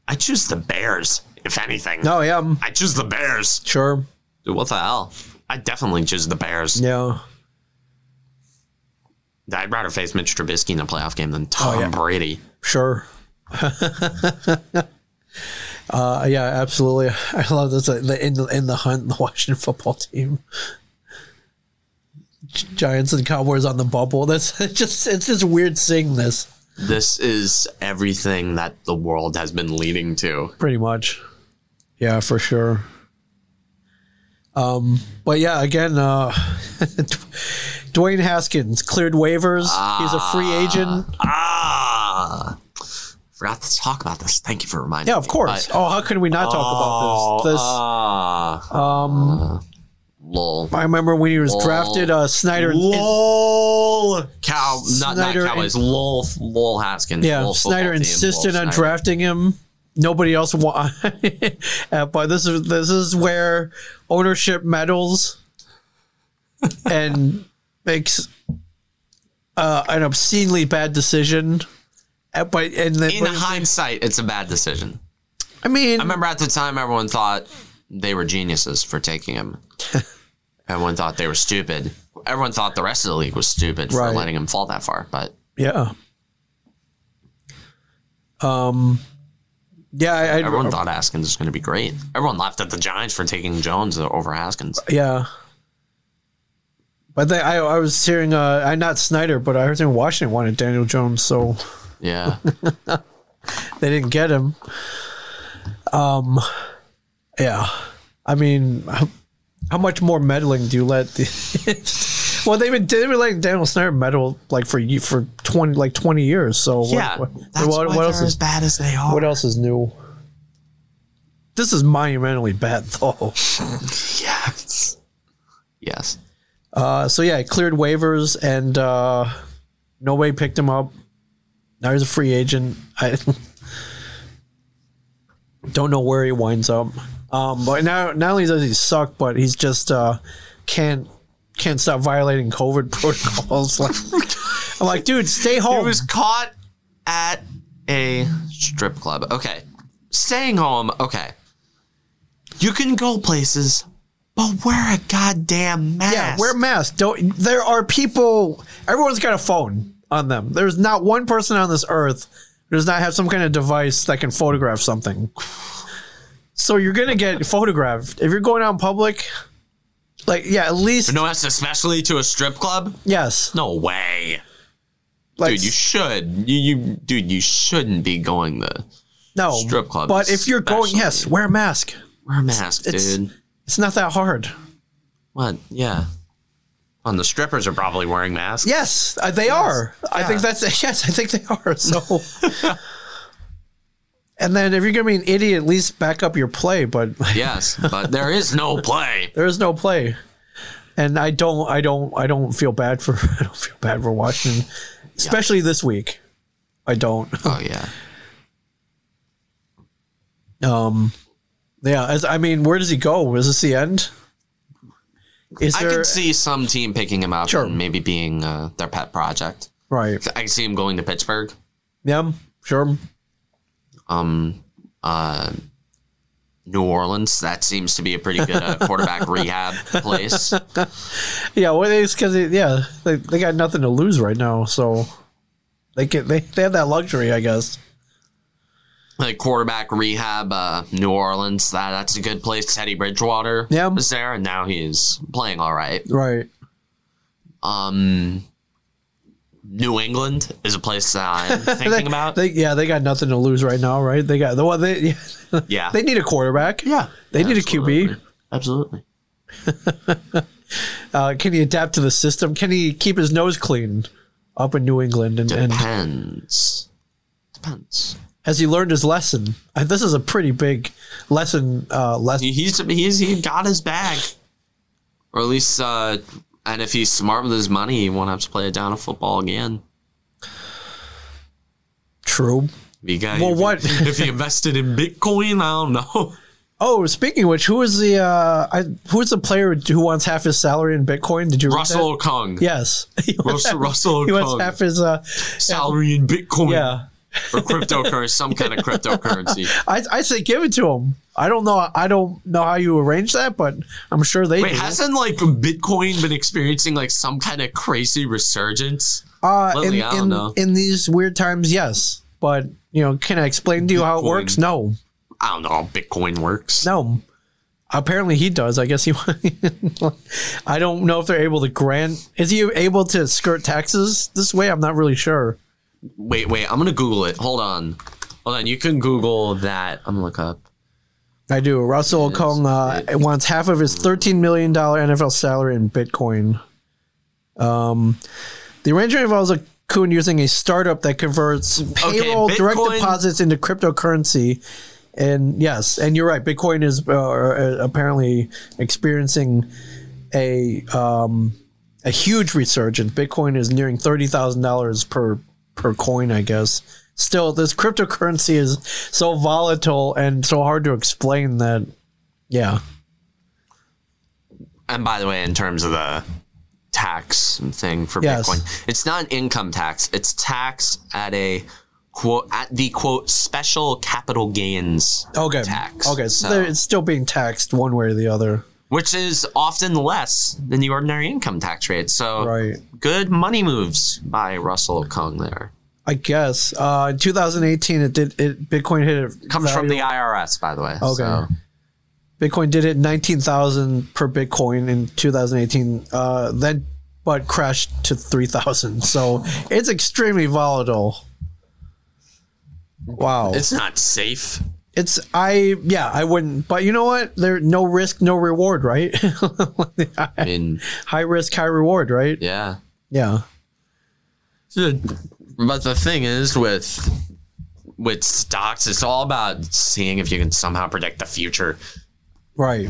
A: I choose the Bears, if anything.
B: No, yeah, I'm
A: I choose the Bears.
B: sure.
A: Dude, what the hell? I definitely choose the Bears.
B: Yeah.
A: I'd rather face Mitch Trubisky in a playoff game than Tom
B: Oh, yeah.
A: Brady.
B: Sure. uh, yeah, absolutely. I love this. uh, The in the in the hunt, the Washington football team, Gi- Giants and Cowboys on the bubble. That's it's just it's just weird seeing this.
A: This is everything that the world has been leading to.
B: Pretty much, yeah, for sure. Um, but yeah, again, uh, Dwayne Haskins cleared waivers. He's a free agent.
A: Ah! Forgot to talk about this. Thank you for reminding
B: Yeah,
A: me.
B: of course. oh, how can we not talk about this? This.
A: Ah. um. Lol.
B: I remember when he was drafted, uh, Snyder.
A: Lol. Cow. Not, not
B: Snyder
A: Cowboys. Lol. Lol Haskins.
B: yeah,
A: Lol football
B: Snyder
A: team,
B: insisted
A: lol
B: on
A: Snyder.
B: drafting him. Nobody else won. Uh, but this is this is where ownership meddles and makes uh, an obscenely bad decision. Uh, But and then,
A: In hindsight, it's a bad decision.
B: I mean,
A: I remember at the time everyone thought they were geniuses for taking him. everyone thought they were stupid. Everyone thought the rest of the league was stupid for
B: Right.
A: letting him fall that far. But
B: yeah. Um, yeah, I, I
A: everyone thought Haskins was going to be great. Everyone laughed at the Giants for taking Jones over Haskins.
B: Yeah. But they, I, I was hearing, uh, I not Snyder, but I heard in Washington wanted Daniel Jones, so
A: Yeah.
B: they didn't get him. Um, yeah. I mean, how, how much more meddling do you let? The, well, they've been, they've been letting Daniel Snyder meddle like for ye- for twenty like twenty years. So what-
A: yeah.
B: what,
A: that's
B: what-
A: why
B: what else
A: they're as
B: is
A: bad as they are.
B: what else is new? This is monumentally bad, though.
A: Yes. Yes.
B: Uh, so yeah, he cleared waivers and uh, nobody picked him up. Now he's a free agent. I don't know where he winds up. Um, but now, not only does he suck, but he's just uh, can't can't stop violating COVID protocols. like, I'm like, dude, stay
A: He
B: home.
A: was caught at a strip club. Okay. Staying home. Okay. You can go places, but wear a goddamn mask.
B: yeah, wear masks. Don't. There are people. Everyone's got a phone on them. There's not one person on this earth who does not have some kind of device that can photograph something. So you're gonna get photographed if you're going out in public. Like, yeah, at least
A: No mask, especially to a strip club.
B: yes.
A: No way,
B: Like,
A: dude. You should. You, you, dude. You shouldn't be going to
B: no
A: strip clubs
B: But if you're going,
A: especially.
B: yes, wear a mask.
A: wear a mask,
B: it's-
A: dude.
B: It's not that hard.
A: What? Yeah. On the strippers are probably wearing masks.
B: Yes, uh, they are. I think that's yes. I think they are. So, and then if you're gonna be an idiot, at least back up your play. But
A: Yes, but there is no play.
B: There is no play, and I don't, I don't, I don't feel bad for, I don't feel bad for Washington, especially this week. I don't.
A: Oh yeah.
B: Um, yeah, as, I mean, where does he go? Is this the end? Is
A: I
B: there
A: could see some team picking him up
B: Sure.
A: and maybe being uh, their pet project.
B: right?
A: I can see him going to Pittsburgh.
B: Yeah, sure.
A: Um, uh, New Orleans. That seems to be a pretty good uh, quarterback rehab place.
B: Yeah, well, it's because yeah, they, they got nothing to lose right now, so they can they, they have that luxury, I guess.
A: Like quarterback rehab, uh, New Orleans. That that's a good place. Teddy Bridgewater
B: Yeah.
A: was there, and now he's playing all right.
B: Right.
A: Um, New England is a place that I'm thinking about.
B: They, yeah, they got nothing to lose right now, right? They got the well, they
A: yeah,
B: they need a quarterback.
A: yeah,
B: They need a QB.
A: Absolutely. Absolutely.
B: Uh, can he adapt to the system? Can he keep his nose clean up in New England? And, and
A: Depends. Depends.
B: has he learned his lesson? Uh, This is a pretty big lesson. Uh, lesson.
A: he's he's he got his bag, or at least. Uh, and if he's smart with his money, he won't have to play a down of football again.
B: True.
A: If he got,
B: Well,
A: if he-
B: what-
A: if he invested in Bitcoin? I don't know.
B: Oh, speaking of which, who is the uh, I, who is the player who wants half his salary in Bitcoin? Did you read that?
A: Russell Okung.
B: Yes, he wants,
A: Russell, Russell
B: he wants
A: Okung.
B: half his. Uh,
A: salary in Bitcoin
B: yeah,
A: or cryptocurrency, some kind of cryptocurrency.
B: I I say give it to him. I don't know. I don't know how you arrange that, but I'm sure they
A: Wait,
B: do.
A: hasn't like Bitcoin been experiencing like some kind of crazy resurgence?
B: Uh,
A: Lately,
B: in,
A: I don't
B: in,
A: know.
B: in these weird times, yes. But you know, can I explain to you how it
A: Bitcoin.
B: works? No,
A: I don't know how Bitcoin works.
B: no. Apparently, he does. I guess he. I don't know if they're able to grant. Is he able to skirt taxes this way? I'm not really sure.
A: Wait, wait, I'm gonna Google it. Hold on. Hold on, you can Google that. I'm gonna look up.
B: I do. Russell Okung uh, wants half of his $13 million NFL salary in Bitcoin. Um, the arrangement involves a Kuhn using a startup that converts payroll direct
A: Bitcoin-
B: deposits into cryptocurrency. And yes, and you're right. Bitcoin is uh, uh, apparently experiencing a um, a huge resurgence. Bitcoin is nearing thirty thousand dollars per per coin, I guess. Still, this cryptocurrency is so volatile and so hard to explain that, yeah,
A: And by the way, in terms of the tax thing for
B: Yes.
A: Bitcoin, it's not an income tax. It's tax at a quote at the quote special capital gains
B: okay,
A: tax.
B: okay,
A: So-
B: so, there- it's still being taxed one way or the other,
A: which is often less than the ordinary income tax rate. So
B: right?
A: good money moves by Russell Kung there.
B: I guess uh, in 2018, it did it. Bitcoin hit it
A: Comes from the
B: value-
A: IRS, by the way.
B: Okay.
A: So
B: Bitcoin did it 19,000 per Bitcoin in 2018. Uh, then, but crashed to 3,000. So it's extremely volatile. Wow.
A: it's not safe.
B: It's I yeah I wouldn't but you know what there no risk no reward right
A: I mean,
B: high risk high reward right
A: yeah.
B: yeah
A: But the thing is with with stocks, it's all about seeing if you can somehow predict the future.
B: right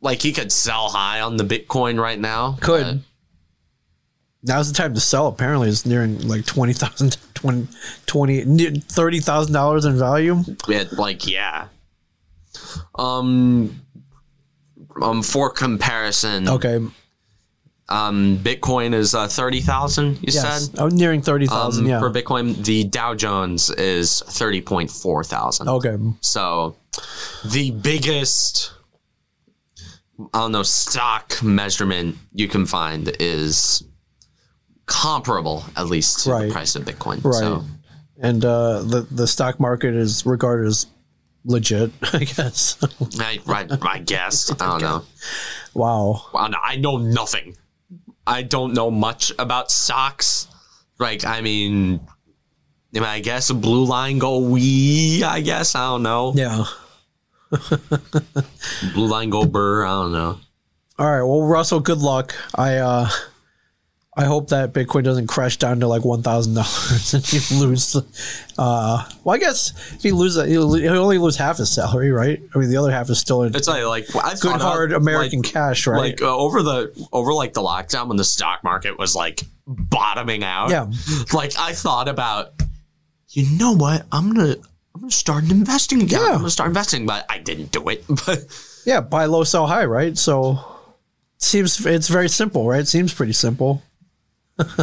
A: Like he could sell high on the Bitcoin right now.
B: could
A: but
B: now's the time to sell apparently it's nearing like 20,000 20, 20 near $30,000 in value
A: it, like yeah. Um um for comparison,
B: okay
A: um Bitcoin is uh, 30,000 you
B: yes
A: said.
B: oh nearing 30,000
A: Um,
B: yeah
A: For Bitcoin, the Dow Jones is 30.4 thousand.
B: okay
A: So the biggest I don't know stock measurement you can find is comparable at least to
B: Right.
A: the price of Bitcoin.
B: right
A: So
B: and uh the the stock market is regarded as legit I guess
A: I, I, I guess I don't know.
B: wow
A: Well, no, I know nothing. I don't know much about stocks. Like I mean, I, mean, I guess a blue line go wee. I guess I don't know.
B: yeah
A: Blue line go burr. I don't know.
B: All right. Well, Russell, good luck. I uh I hope that Bitcoin doesn't crash down to like one thousand dollars and you lose. the- Uh, well, I guess if he loses, he'll, he'll only lose half his salary, right? I mean, the other half is still in
A: It's like like I
B: good
A: thought about,
B: hard
A: like,
B: American cash, right?
A: like uh, over the over like the lockdown when the stock market was like bottoming out
B: yeah,
A: like i thought about you know what i'm gonna i'm gonna start investing again
B: Yeah.
A: i'm gonna start investing but i didn't do it but
B: yeah. Buy low, sell high, right? So seems it's very simple, right? seems pretty simple.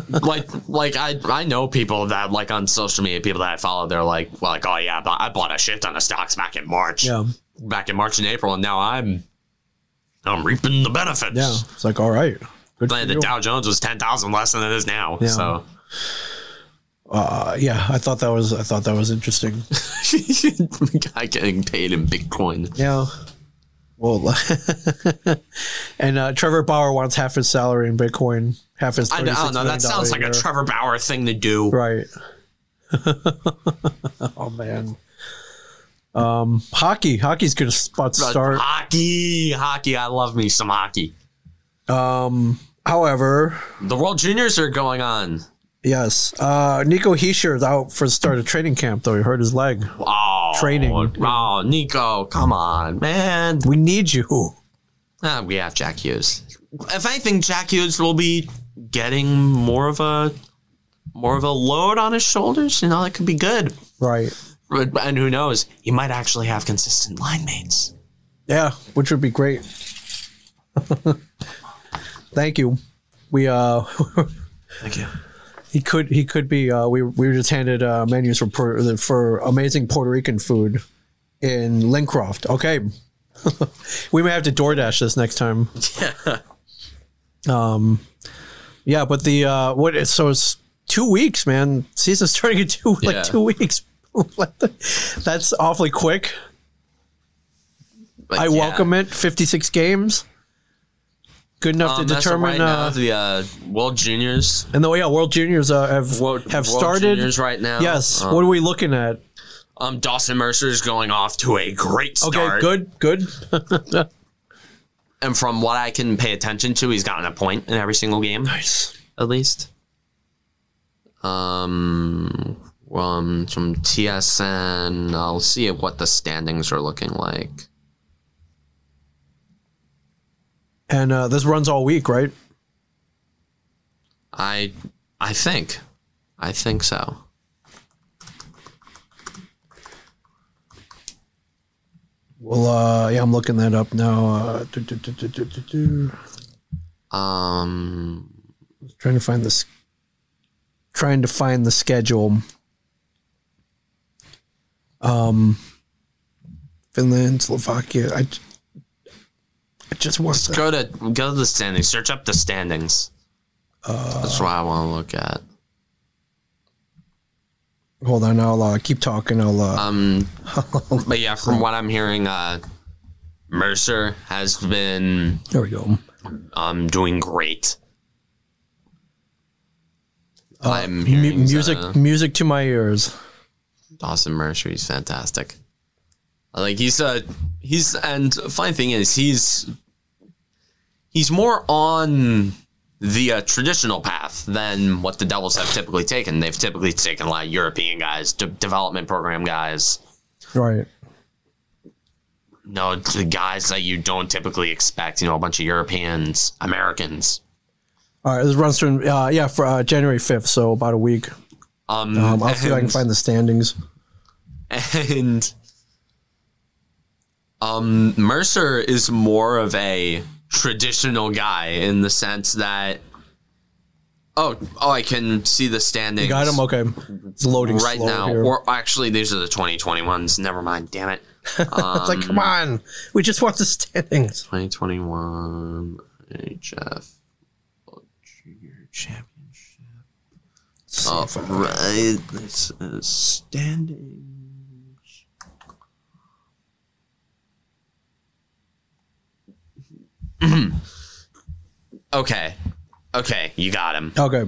A: like like i i know people that like on social media people that i follow they're like well, like oh yeah but i bought a shift on the stocks back in march
B: Yeah,
A: back in march and april and now i'm i'm reaping the benefits
B: yeah. It's like all right. Good for
A: Like, the
B: you.
A: dow jones was 10000 less than it is now
B: Yeah.
A: so
B: Uh, yeah, I thought that was I thought that was interesting.
A: guy getting paid in bitcoin
B: Yeah. Well, and uh, Trevor Bauer wants half his salary in Bitcoin, half his.
A: I, I don't know. oh, That sounds like a
B: Trevor.
A: Trevor Bauer thing to do.
B: Right. oh man. Um, hockey. Hockey's good spot to
A: But
B: start.
A: Hockey, hockey. I love me some hockey.
B: Um, however,
A: The World Juniors are going on.
B: yes. Uh, Nico Heischer is out for the start of training camp, though he hurt his leg.
A: Oh,
B: Training.
A: Oh, Nico, come on, man.
B: We need you.
A: Ah, we have Jack Hughes. If anything, Jack Hughes will be getting more of a more of a load on his shoulders. You know, that could be good.
B: Right.
A: But- And who knows? He might actually have consistent line mates.
B: Yeah, which would be great. Thank you. We uh
A: Thank you.
B: he could he could be uh we we were just handed uh menus for Puerto, for amazing Puerto Rican food in Lincroft. Okay. we may have to DoorDash this next time. Um yeah, but the uh what is so it's 2 weeks, man. Season's starting in 2
A: Yeah.
B: like 2 weeks. Like, That's awfully quick.
A: But
B: I
A: yeah.
B: welcome it. 56 games. Good enough
A: Um,
B: to
A: that's
B: determine.
A: right now,
B: uh,
A: the uh, World Juniors
B: and the yeah, World Juniors uh, have
A: World,
B: have
A: World
B: started.
A: Juniors right now.
B: yes.
A: Um,
B: what are we looking at?
A: um, Dawson Mercer is going off to a great start.
B: Okay, good, good.
A: And from what I can pay attention to, he's gotten a point in every single game.
B: nice.
A: at least. Um, um, from TSN, I'll see what the standings are looking like.
B: And uh, this runs all week, right?
A: I, I think, I think so.
B: Well, uh, yeah, I'm looking that up now. Uh, do, do, do, do, do, do, do.
A: Um,
B: Trying to find this. Trying to find the schedule. Um, Um, Finland, Slovakia. I, I just want to.
A: go to go to the standings. Search up the standings. That's what I want to look at.
B: Hold on, I'll uh, keep talking. I'll uh,
A: Um, but yeah, from what I'm hearing, uh, Mercer has been
B: there we go.
A: um doing great. I'm
B: Mu-
A: hearing
B: music,
A: uh,
B: music to my ears.
A: Dawson Mercer, he's fantastic. Like he's uh he's and funny thing is he's he's more on the uh, traditional path than what the Devils have typically taken. They've typically taken a lot of European guys, de- development program guys,
B: Right.
A: you know, the guys that you don't typically expect. You know, a bunch of Europeans, Americans.
B: All right. This runs through. Uh, yeah, for uh, January fifth, so about a week.
A: Um,
B: Um, I'll see if I can
A: and-
B: find the standings.
A: and um Mercer is more of a traditional guy in the sense that oh oh I can see the standings
B: You got him. Okay. It's loading
A: right
B: slow
A: now
B: here.
A: or actually these are the 2021s never mind damn it
B: it's
A: um,
B: like, come on. We just want the standings.
A: 2021 HF World Junior Championship all right this is standings okay okay you got him
B: Okay.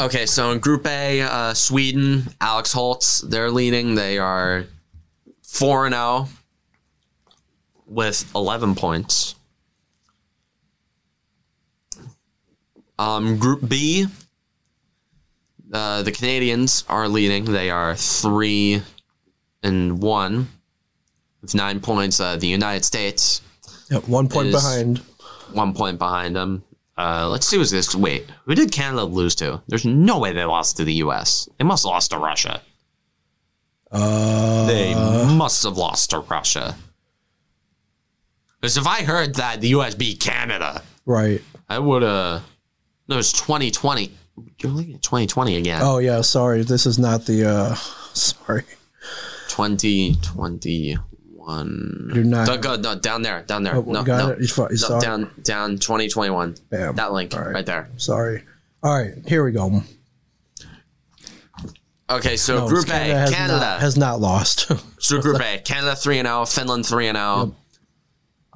A: Okay, so in Group A, uh, Sweden, Alex Holtz, they're leading. They are 4 and 0 with 11 points. Um, group B, uh, the Canadians are leading. They are 3 and 1 with 9 points. Uh, the United States,
B: Yeah, one point
A: Is-
B: behind.
A: 1 point behind them. Uh, let's see who's this. Wait, who did Canada lose to? There's no way they lost to the U.S. They must have lost to Russia.
B: Uh,
A: They must have lost to Russia. Because if I heard that the U.S. beat Canada,
B: right.
A: I would have. No, it's 2020. You're looking at 2020 again.
B: Oh yeah. Sorry. This is not the. Uh, sorry.
A: 2021.
B: Do not.
A: No, go, no, down there, down there.
B: we
A: no,
B: Oh, got
A: no.
B: it. It's fine.
A: No,
B: Sorry.
A: down, down. 2021.
B: Bam.
A: That link
B: All right.
A: right there.
B: Sorry. All right. Here we go.
A: Okay, so
B: Oh,
A: Group
B: Canada
A: A,
B: has
A: Canada.
B: not, has not lost.
A: So Group A, Canada three and zero, Finland three and zero,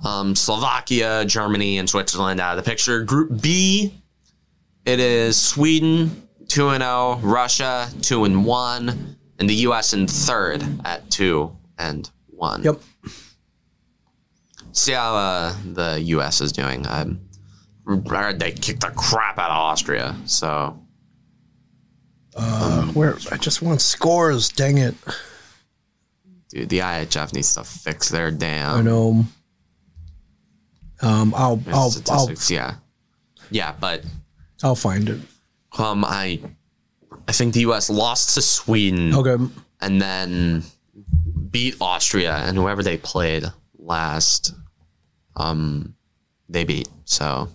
A: um, Slovakia, Germany, and Switzerland out of the picture. Group B, it is Sweden two and zero, Russia two and one, and the U.S. in third at two and one.
B: yep.
A: See how uh, the U.S. is doing. Um, I heard they kicked the crap out of Austria. So
B: Uh, Where I just want scores. Dang it.
A: dude, the IHF needs to fix their
B: I
A: damn
B: know. Um, I'll I'll I'll
A: statistics. Yeah, yeah, but.
B: I'll find it.
A: Um, I, I think the U.S. lost to Sweden,
B: Okay.
A: and then beat Austria and whoever they played last, um, they beat. So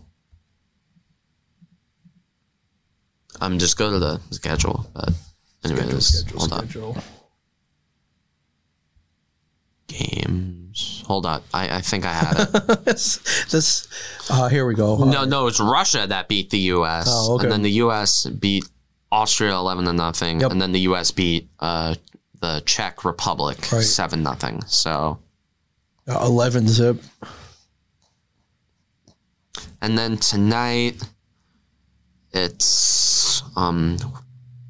A: I'm just go to the schedule. But anyways,
B: Schedule,
A: hold up
B: schedule.
A: games. Hold up, I, I think I had it.
B: this, this uh, here we go.
A: no, no, it's Russia that beat the U.S.
B: Oh, okay.
A: And then the U.S. beat Austria eleven to nothing,
B: Yep.
A: and then the U.S. beat uh, the Czech Republic
B: Right.
A: seven nothing. So
B: Uh, eleven zip.
A: And then tonight, it's um,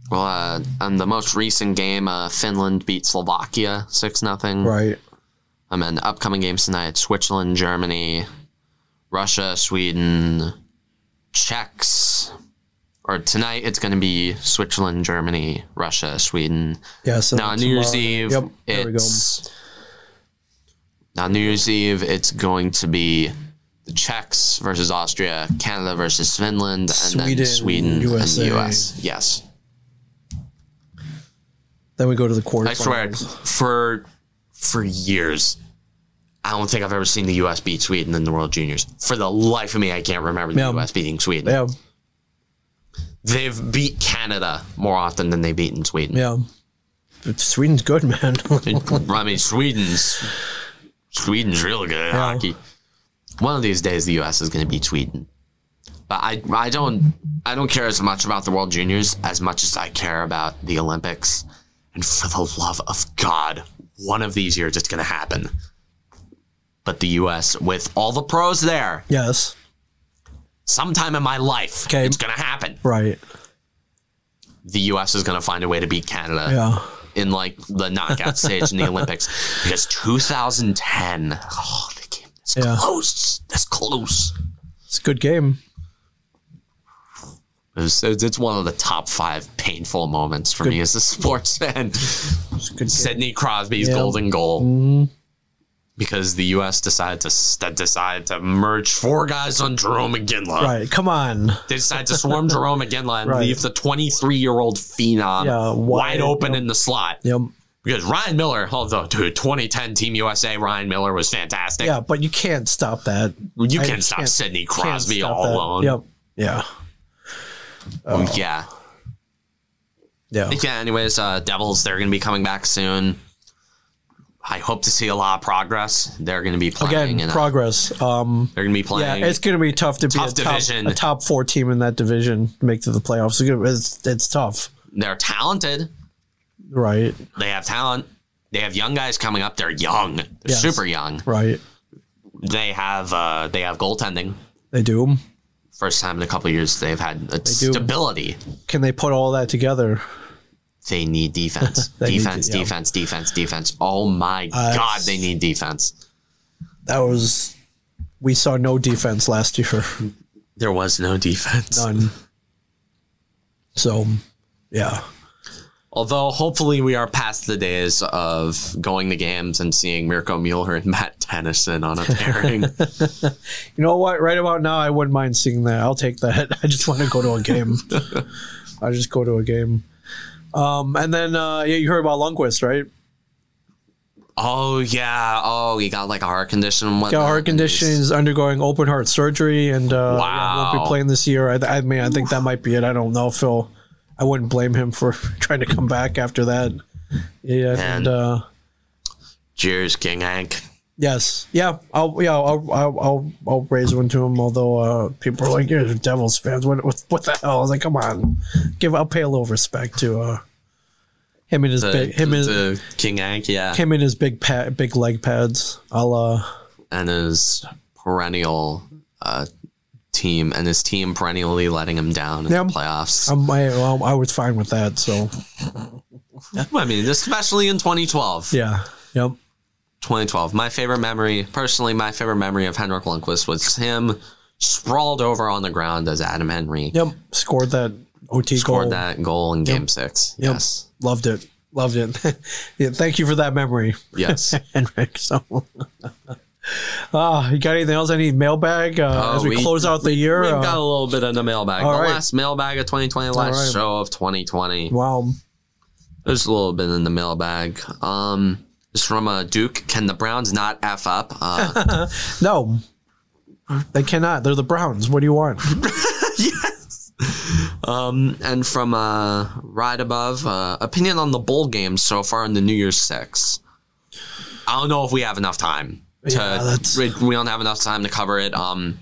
A: well, uh, on the most recent game, uh, Finland beat Slovakia six nothing.
B: Right.
A: Um, and upcoming games tonight: Switzerland, Germany, Russia, Sweden, Czechs. Or tonight, it's going to be Switzerland, Germany, Russia, Sweden.
B: Yeah. So
A: Now on New Year's
B: tomorrow-
A: Eve,
B: Yep. There we go.
A: it's now New Year's Eve. It's going to be the Czechs versus Austria, Canada versus Finland, and
B: Sweden,
A: then Sweden
B: USA.
A: and the US. Yes,
B: Then we go to the quarterfinals.
A: I swear for for years. I don't think I've ever seen the U.S. beat Sweden in the World Juniors. For the life of me, I can't remember the
B: Yeah.
A: U.S. beating Sweden.
B: Yeah.
A: They've beat Canada more often than they've beaten Sweden.
B: Yeah. But Sweden's good, man.
A: I mean, Sweden's Sweden's real good at hockey. One of these days, the U.S. is going to beat Sweden. But I, I don't, I don't care as much about the World Juniors as much as I care about the Olympics. And for the love of God, one of these years it's going to happen. But the U.S. with all the pros there,
B: yes.
A: sometime in my life,
B: Okay.
A: it's going to happen.
B: Right.
A: The U.S. is going to find a way to beat Canada
B: Yeah.
A: in like the knockout stage in the Olympics because 2010. Oh, they came this
B: Yeah.
A: close. This close.
B: It's a good game.
A: It was- it's, it's one of the top five painful moments for me as a sports fan.
B: It's a good game.
A: Sidney Crosby's
B: Yeah.
A: golden goal.
B: Mm-hmm.
A: Because the U.S. decided to s- that decided to merge four guys on Jerome McGinley.
B: Right. Come on.
A: They decided to swarm Jerome McGinley and
B: Right.
A: leave the 23 year old phenom
B: Yeah,
A: wide,
B: wide,
A: open
B: yeah.
A: in the slot.
B: Yep.
A: Because Ryan Miller, although dude, 2010 Team USA, Ryan Miller was fantastic.
B: Yeah, but you can't stop that.
A: You
B: I
A: can't stop
B: can't-
A: Sidney
B: Can't
A: Crosby
B: stop
A: all
B: that.
A: alone.
B: Yep. Yeah.
A: Um, Yeah.
B: Yeah.
A: Yeah, anyways, uh, Devils, they're going to be coming back soon. I hope to see a lot of progress. They're going to be playing.
B: Again,
A: and, uh,
B: progress. Um,
A: they're going to be
B: yeah,
A: playing.
B: it's going to be tough to
A: Tough
B: be a top,
A: division.
B: a top four team in that division to make to the playoffs. It's, gonna- it's, it's tough,
A: they're talented.
B: right?
A: They have talent. They have young guys coming up. They're young. They're
B: Yes.
A: super young.
B: Right.
A: They have uh, they have goaltending.
B: They do.
A: First time in a couple of years they've had uh,
B: do.
A: stability.
B: Can they put all that together?
A: They need defense.
B: They need
A: defense,
B: to- yeah.
A: defense, defense, defense. Oh my
B: Uh,
A: god, they need defense.
B: That was. We saw no defense last year.
A: There was no defense.
B: None. So, yeah.
A: Although hopefully we are past the days of going to games and seeing Mirko Mueller and Matt Tennyson on a pairing.
B: You know what? Right about now, I wouldn't mind seeing that. I'll take that. I just want to go to a game. I just go to a game. Um, and then, uh, yeah, you heard about Lundqvist, right?
A: oh yeah. Oh, he got like a heart condition. and
B: Got
A: whatnot,
B: heart
A: and
B: condition.
A: he's-
B: He's undergoing open heart surgery, and uh, yeah, won't
A: Wow.
B: be playing this year. I, I mean, I think that might be it. I don't know, Phil. I wouldn't blame him for trying to come back after that. Yeah, and
A: Man.
B: uh,
A: Cheers, King Hank.
B: yes, yeah, I'll yeah, I'll I'll, I'll, I'll raise one to him. Although uh, people are like, "You're Devils fans. What, what what the hell?" I was like, "Come on, give. I'll pay a little respect to uh, him and his
A: The,
B: big him and
A: the Uh, King Hank, yeah.
B: him and his big pa- big leg pads." I'll uh,
A: and his perennial uh, team and his team perennially letting him down in
B: Yeah.
A: the playoffs.
B: I'm, I I was fine with that. So
A: I mean, especially in 2012.
B: yeah, yep.
A: 2012. My favorite memory, personally, my favorite memory of Henrik Lundqvist was him sprawled over on the ground as Adam Henry
B: Yep, scored that OT
A: scored
B: goal.
A: that goal in Game Six.
B: Yep.
A: Yes,
B: Loved it. Loved it. yeah, thank you for that memory,
A: yes.
B: Henrik. So, ah, you got anything else? Any mailbag uh,
A: Oh,
B: as we,
A: we-
B: close out the year?
A: We've
B: uh,
A: got a little bit in the mailbag.
B: all
A: the
B: right.
A: last mailbag of 2020, last
B: right.
A: show of 2020.
B: wow.
A: There's a little bit in the mailbag. Um, This is from uh, Duke. Can the Browns not f up? Uh,
B: No, they cannot. They're the Browns. What do you want?
A: um, and from uh, right above, uh, opinion on the bowl games so far in the New Year's Six. I don't know if we have enough time. To,
B: Yeah, that's-
A: we, we don't have enough time to cover it. Um,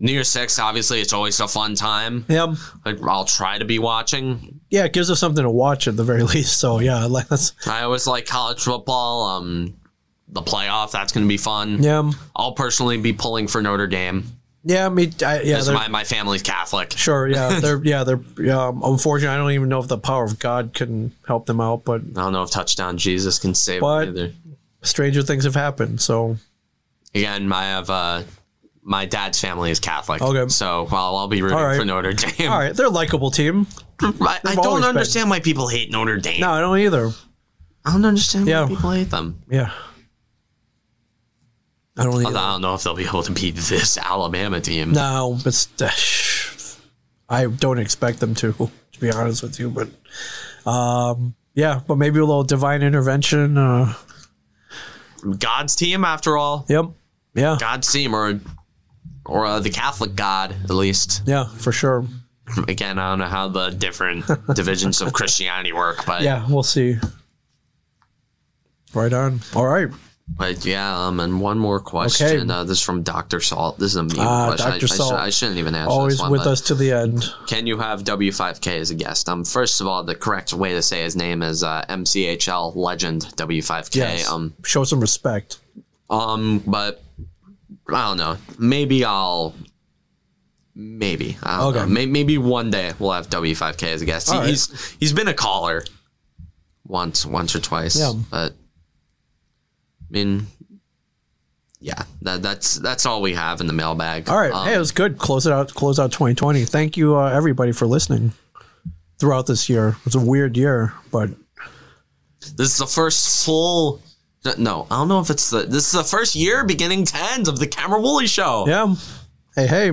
A: New Year's Six, obviously, it's always a fun time.
B: Yeah,
A: Like I'll try to be watching.
B: yeah. It gives us something to watch at the very least. So yeah, like that's
A: I always like college football. Um, the playoff that's going to be fun.
B: yeah,
A: I'll personally be pulling for Notre Dame.
B: yeah. Me, I, yeah.
A: 'cause
B: they're-
A: my my family's Catholic.
B: Sure. Yeah. They're yeah. They're yeah. um, Unfortunately, I don't even know if the power of God can help them out, but
A: I don't know if touchdown Jesus can save
B: What?
A: me either.
B: stranger things have happened. So
A: Again, my have uh, my dad's family is Catholic.
B: Okay.
A: so well, I'll be rooting
B: All right.
A: for Notre Dame.
B: all right, they're a likable team.
A: I, I
B: They've always
A: don't
B: been.
A: understand why people hate Notre Dame.
B: No, I don't either.
A: I don't understand
B: Yeah.
A: why people hate them.
B: Yeah. I don't
A: I
B: either.
A: don't know if they'll be able to beat this Alabama team.
B: No, but st- I don't expect them to. To be honest with you, but um, yeah, but maybe a little divine intervention. Uh,
A: God's team, after all.
B: yep. Yeah.
A: God's team, or or uh, the Catholic God, at least.
B: Yeah, for sure.
A: again, I don't know how the different divisions of Christianity work, but yeah,
B: Yeah, we'll see. Right on. All right.
A: but yeah. Um, and one more question.
B: Okay.
A: Uh, this is from Doctor Salt. This is a mean
B: Ah,
A: question. I-
B: Dr.
A: I, should-
B: Salt.
A: I shouldn't even answer
B: Always
A: this one.
B: with
A: but
B: us to the end.
A: Can you have W5K as a guest? Um, first of all, the correct way to say his name is uh, MCHL legend W5K.
B: Yes.
A: Um,
B: Show some respect.
A: um, but I don't know. Maybe I'll. Maybe I don't
B: Okay.
A: know. May- Maybe one day we'll have W5K as a guest. He,
B: All right.
A: He's he's been a caller once, once or twice.
B: Yeah.
A: But I mean, yeah, that, that's that's all we have in the mailbag.
B: All right.
A: Um,
B: hey, it was good. Close it out. Close out 2020. Thank you, uh, everybody, for listening throughout this year. It was a weird year, but
A: This is the first full. No, I don't know if it's the. This is the first year beginning tens of the Cameron Woolley Show.
B: yeah. Hey, hey,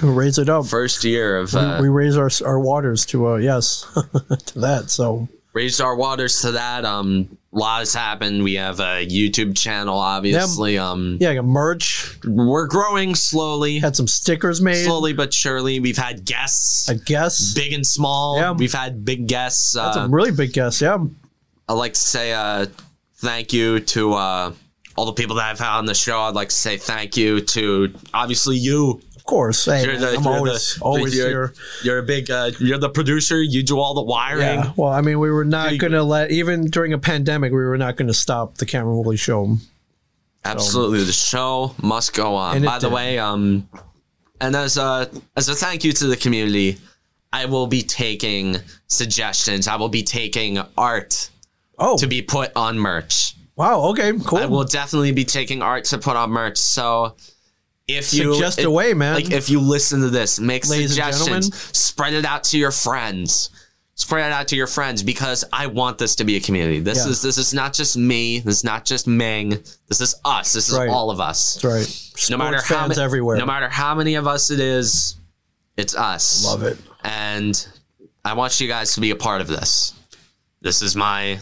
B: raise it up.
A: First year of uh,
B: we raise our our waters to uh yes to that. So
A: raised our waters to that. Um, a lot has happened. We have a YouTube channel, obviously. Um,
B: yeah, I got merch.
A: we're growing slowly,
B: Had some stickers made.
A: slowly but surely. We've had guests,
B: I guess.
A: big and small.
B: Yeah.
A: We've had big guests.
B: That's
A: Uh,
B: a really big guess. Yeah.
A: i I'd like to say uh, thank you to uh, all the people that I've had on the show. I'd like to say thank you to obviously you.
B: Of course. Hey,
A: You're the-
B: I'm
A: you're
B: always
A: the-
B: always
A: you're-
B: here.
A: You're a big. Uh, you're the producer. You do all the wiring.
B: Yeah. Well, I mean, we were not
A: Dude.
B: going to let even during a pandemic, we were not going to stop the Cameron Woolley show.
A: Absolutely, the show must go on.
B: And it
A: By the
B: did.
A: way, um, and as a as a thank you to the community, I will be taking suggestions. I will be taking art
B: Oh,
A: to be put on merch.
B: wow. Okay, cool.
A: I will definitely be taking art to put on merch. So if you
B: Suggest
A: it-
B: a way, man.
A: like if you listen to this, make
B: Ladies and
A: suggestions,
B: gentlemen.
A: spread it out to your friends. Spread it out to your friends because I want this to be a community. This
B: Yeah.
A: is this is not just me. This is not just Ming. This is us. This is
B: Right.
A: all of us
B: That's right.
A: no
B: Sports
A: matter how
B: fans
A: ma-
B: everywhere.
A: no matter how many of us it is, it's us.
B: Love it.
A: And I want you guys to be a part of this. This is my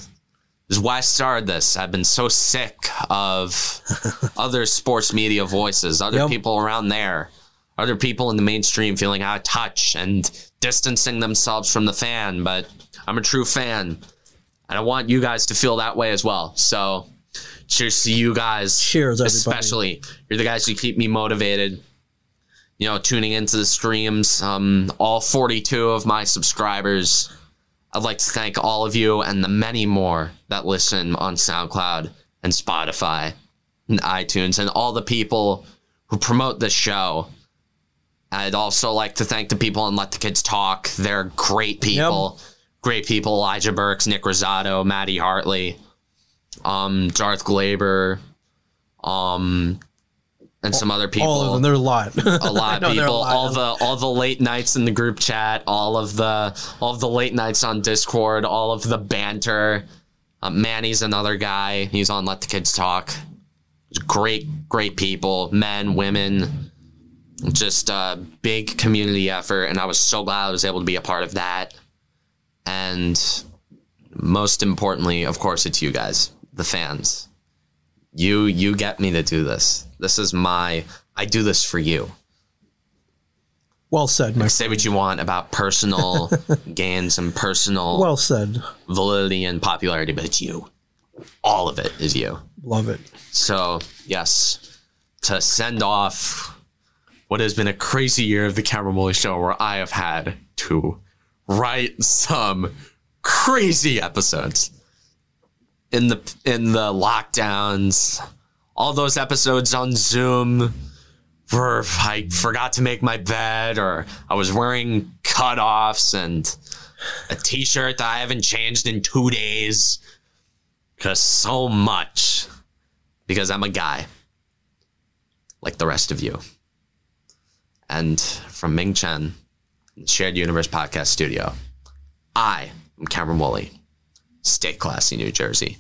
A: this is why I started this. I've been so sick of other sports media voices, other
B: Yep.
A: people around there, other people in the mainstream feeling out of touch and distancing themselves from the fan. But I'm a true fan. And I want you guys to feel that way as well. So cheers to you guys.
B: Cheers, everybody.
A: Especially you're the guys who keep me motivated. You know, tuning into the streams. Um, all 42 of my subscribers. I'd like to thank all of you and the many more that listen on SoundCloud and Spotify and iTunes and all the people who promote this show. I'd also like to thank the people on Let the Kids Talk. They're great people. Great people. Elijah Burks, Nick Rosato, Maddie Hartley, um, Darth Glaber, um, and some other people
B: All of them. There's a lot.
A: a lot
B: I
A: of
B: know there are a
A: people
B: lot
A: all
B: of-
A: the all the late nights in the group chat all of the all of the late nights on discord all of the banter uh, manny's another guy he's on let the kids talk great great people men women just a big community effort and i was so glad i was able to be a part of that and most importantly of course it's you guys
C: the fans. You you get me to do this. This is my I do this for you.
B: Well said, Mike.
C: Say what you want about personal gains and personal
B: Well said.
C: validity and popularity, but it's you. All of it is you.
B: Love it.
C: So, yes, to send off what has been a crazy year of the Cameron Woolley Show, where I have had to write some crazy episodes in the in the lockdowns, all those episodes on Zoom. Where I forgot to make my bed, or I was wearing cutoffs and a T-shirt that I haven't changed in two days. Cause so much because I'm a guy like the rest of you. And from Ming Chen, the Shared Universe Podcast Studio, I am Cameron Woolley, State Classy, New Jersey.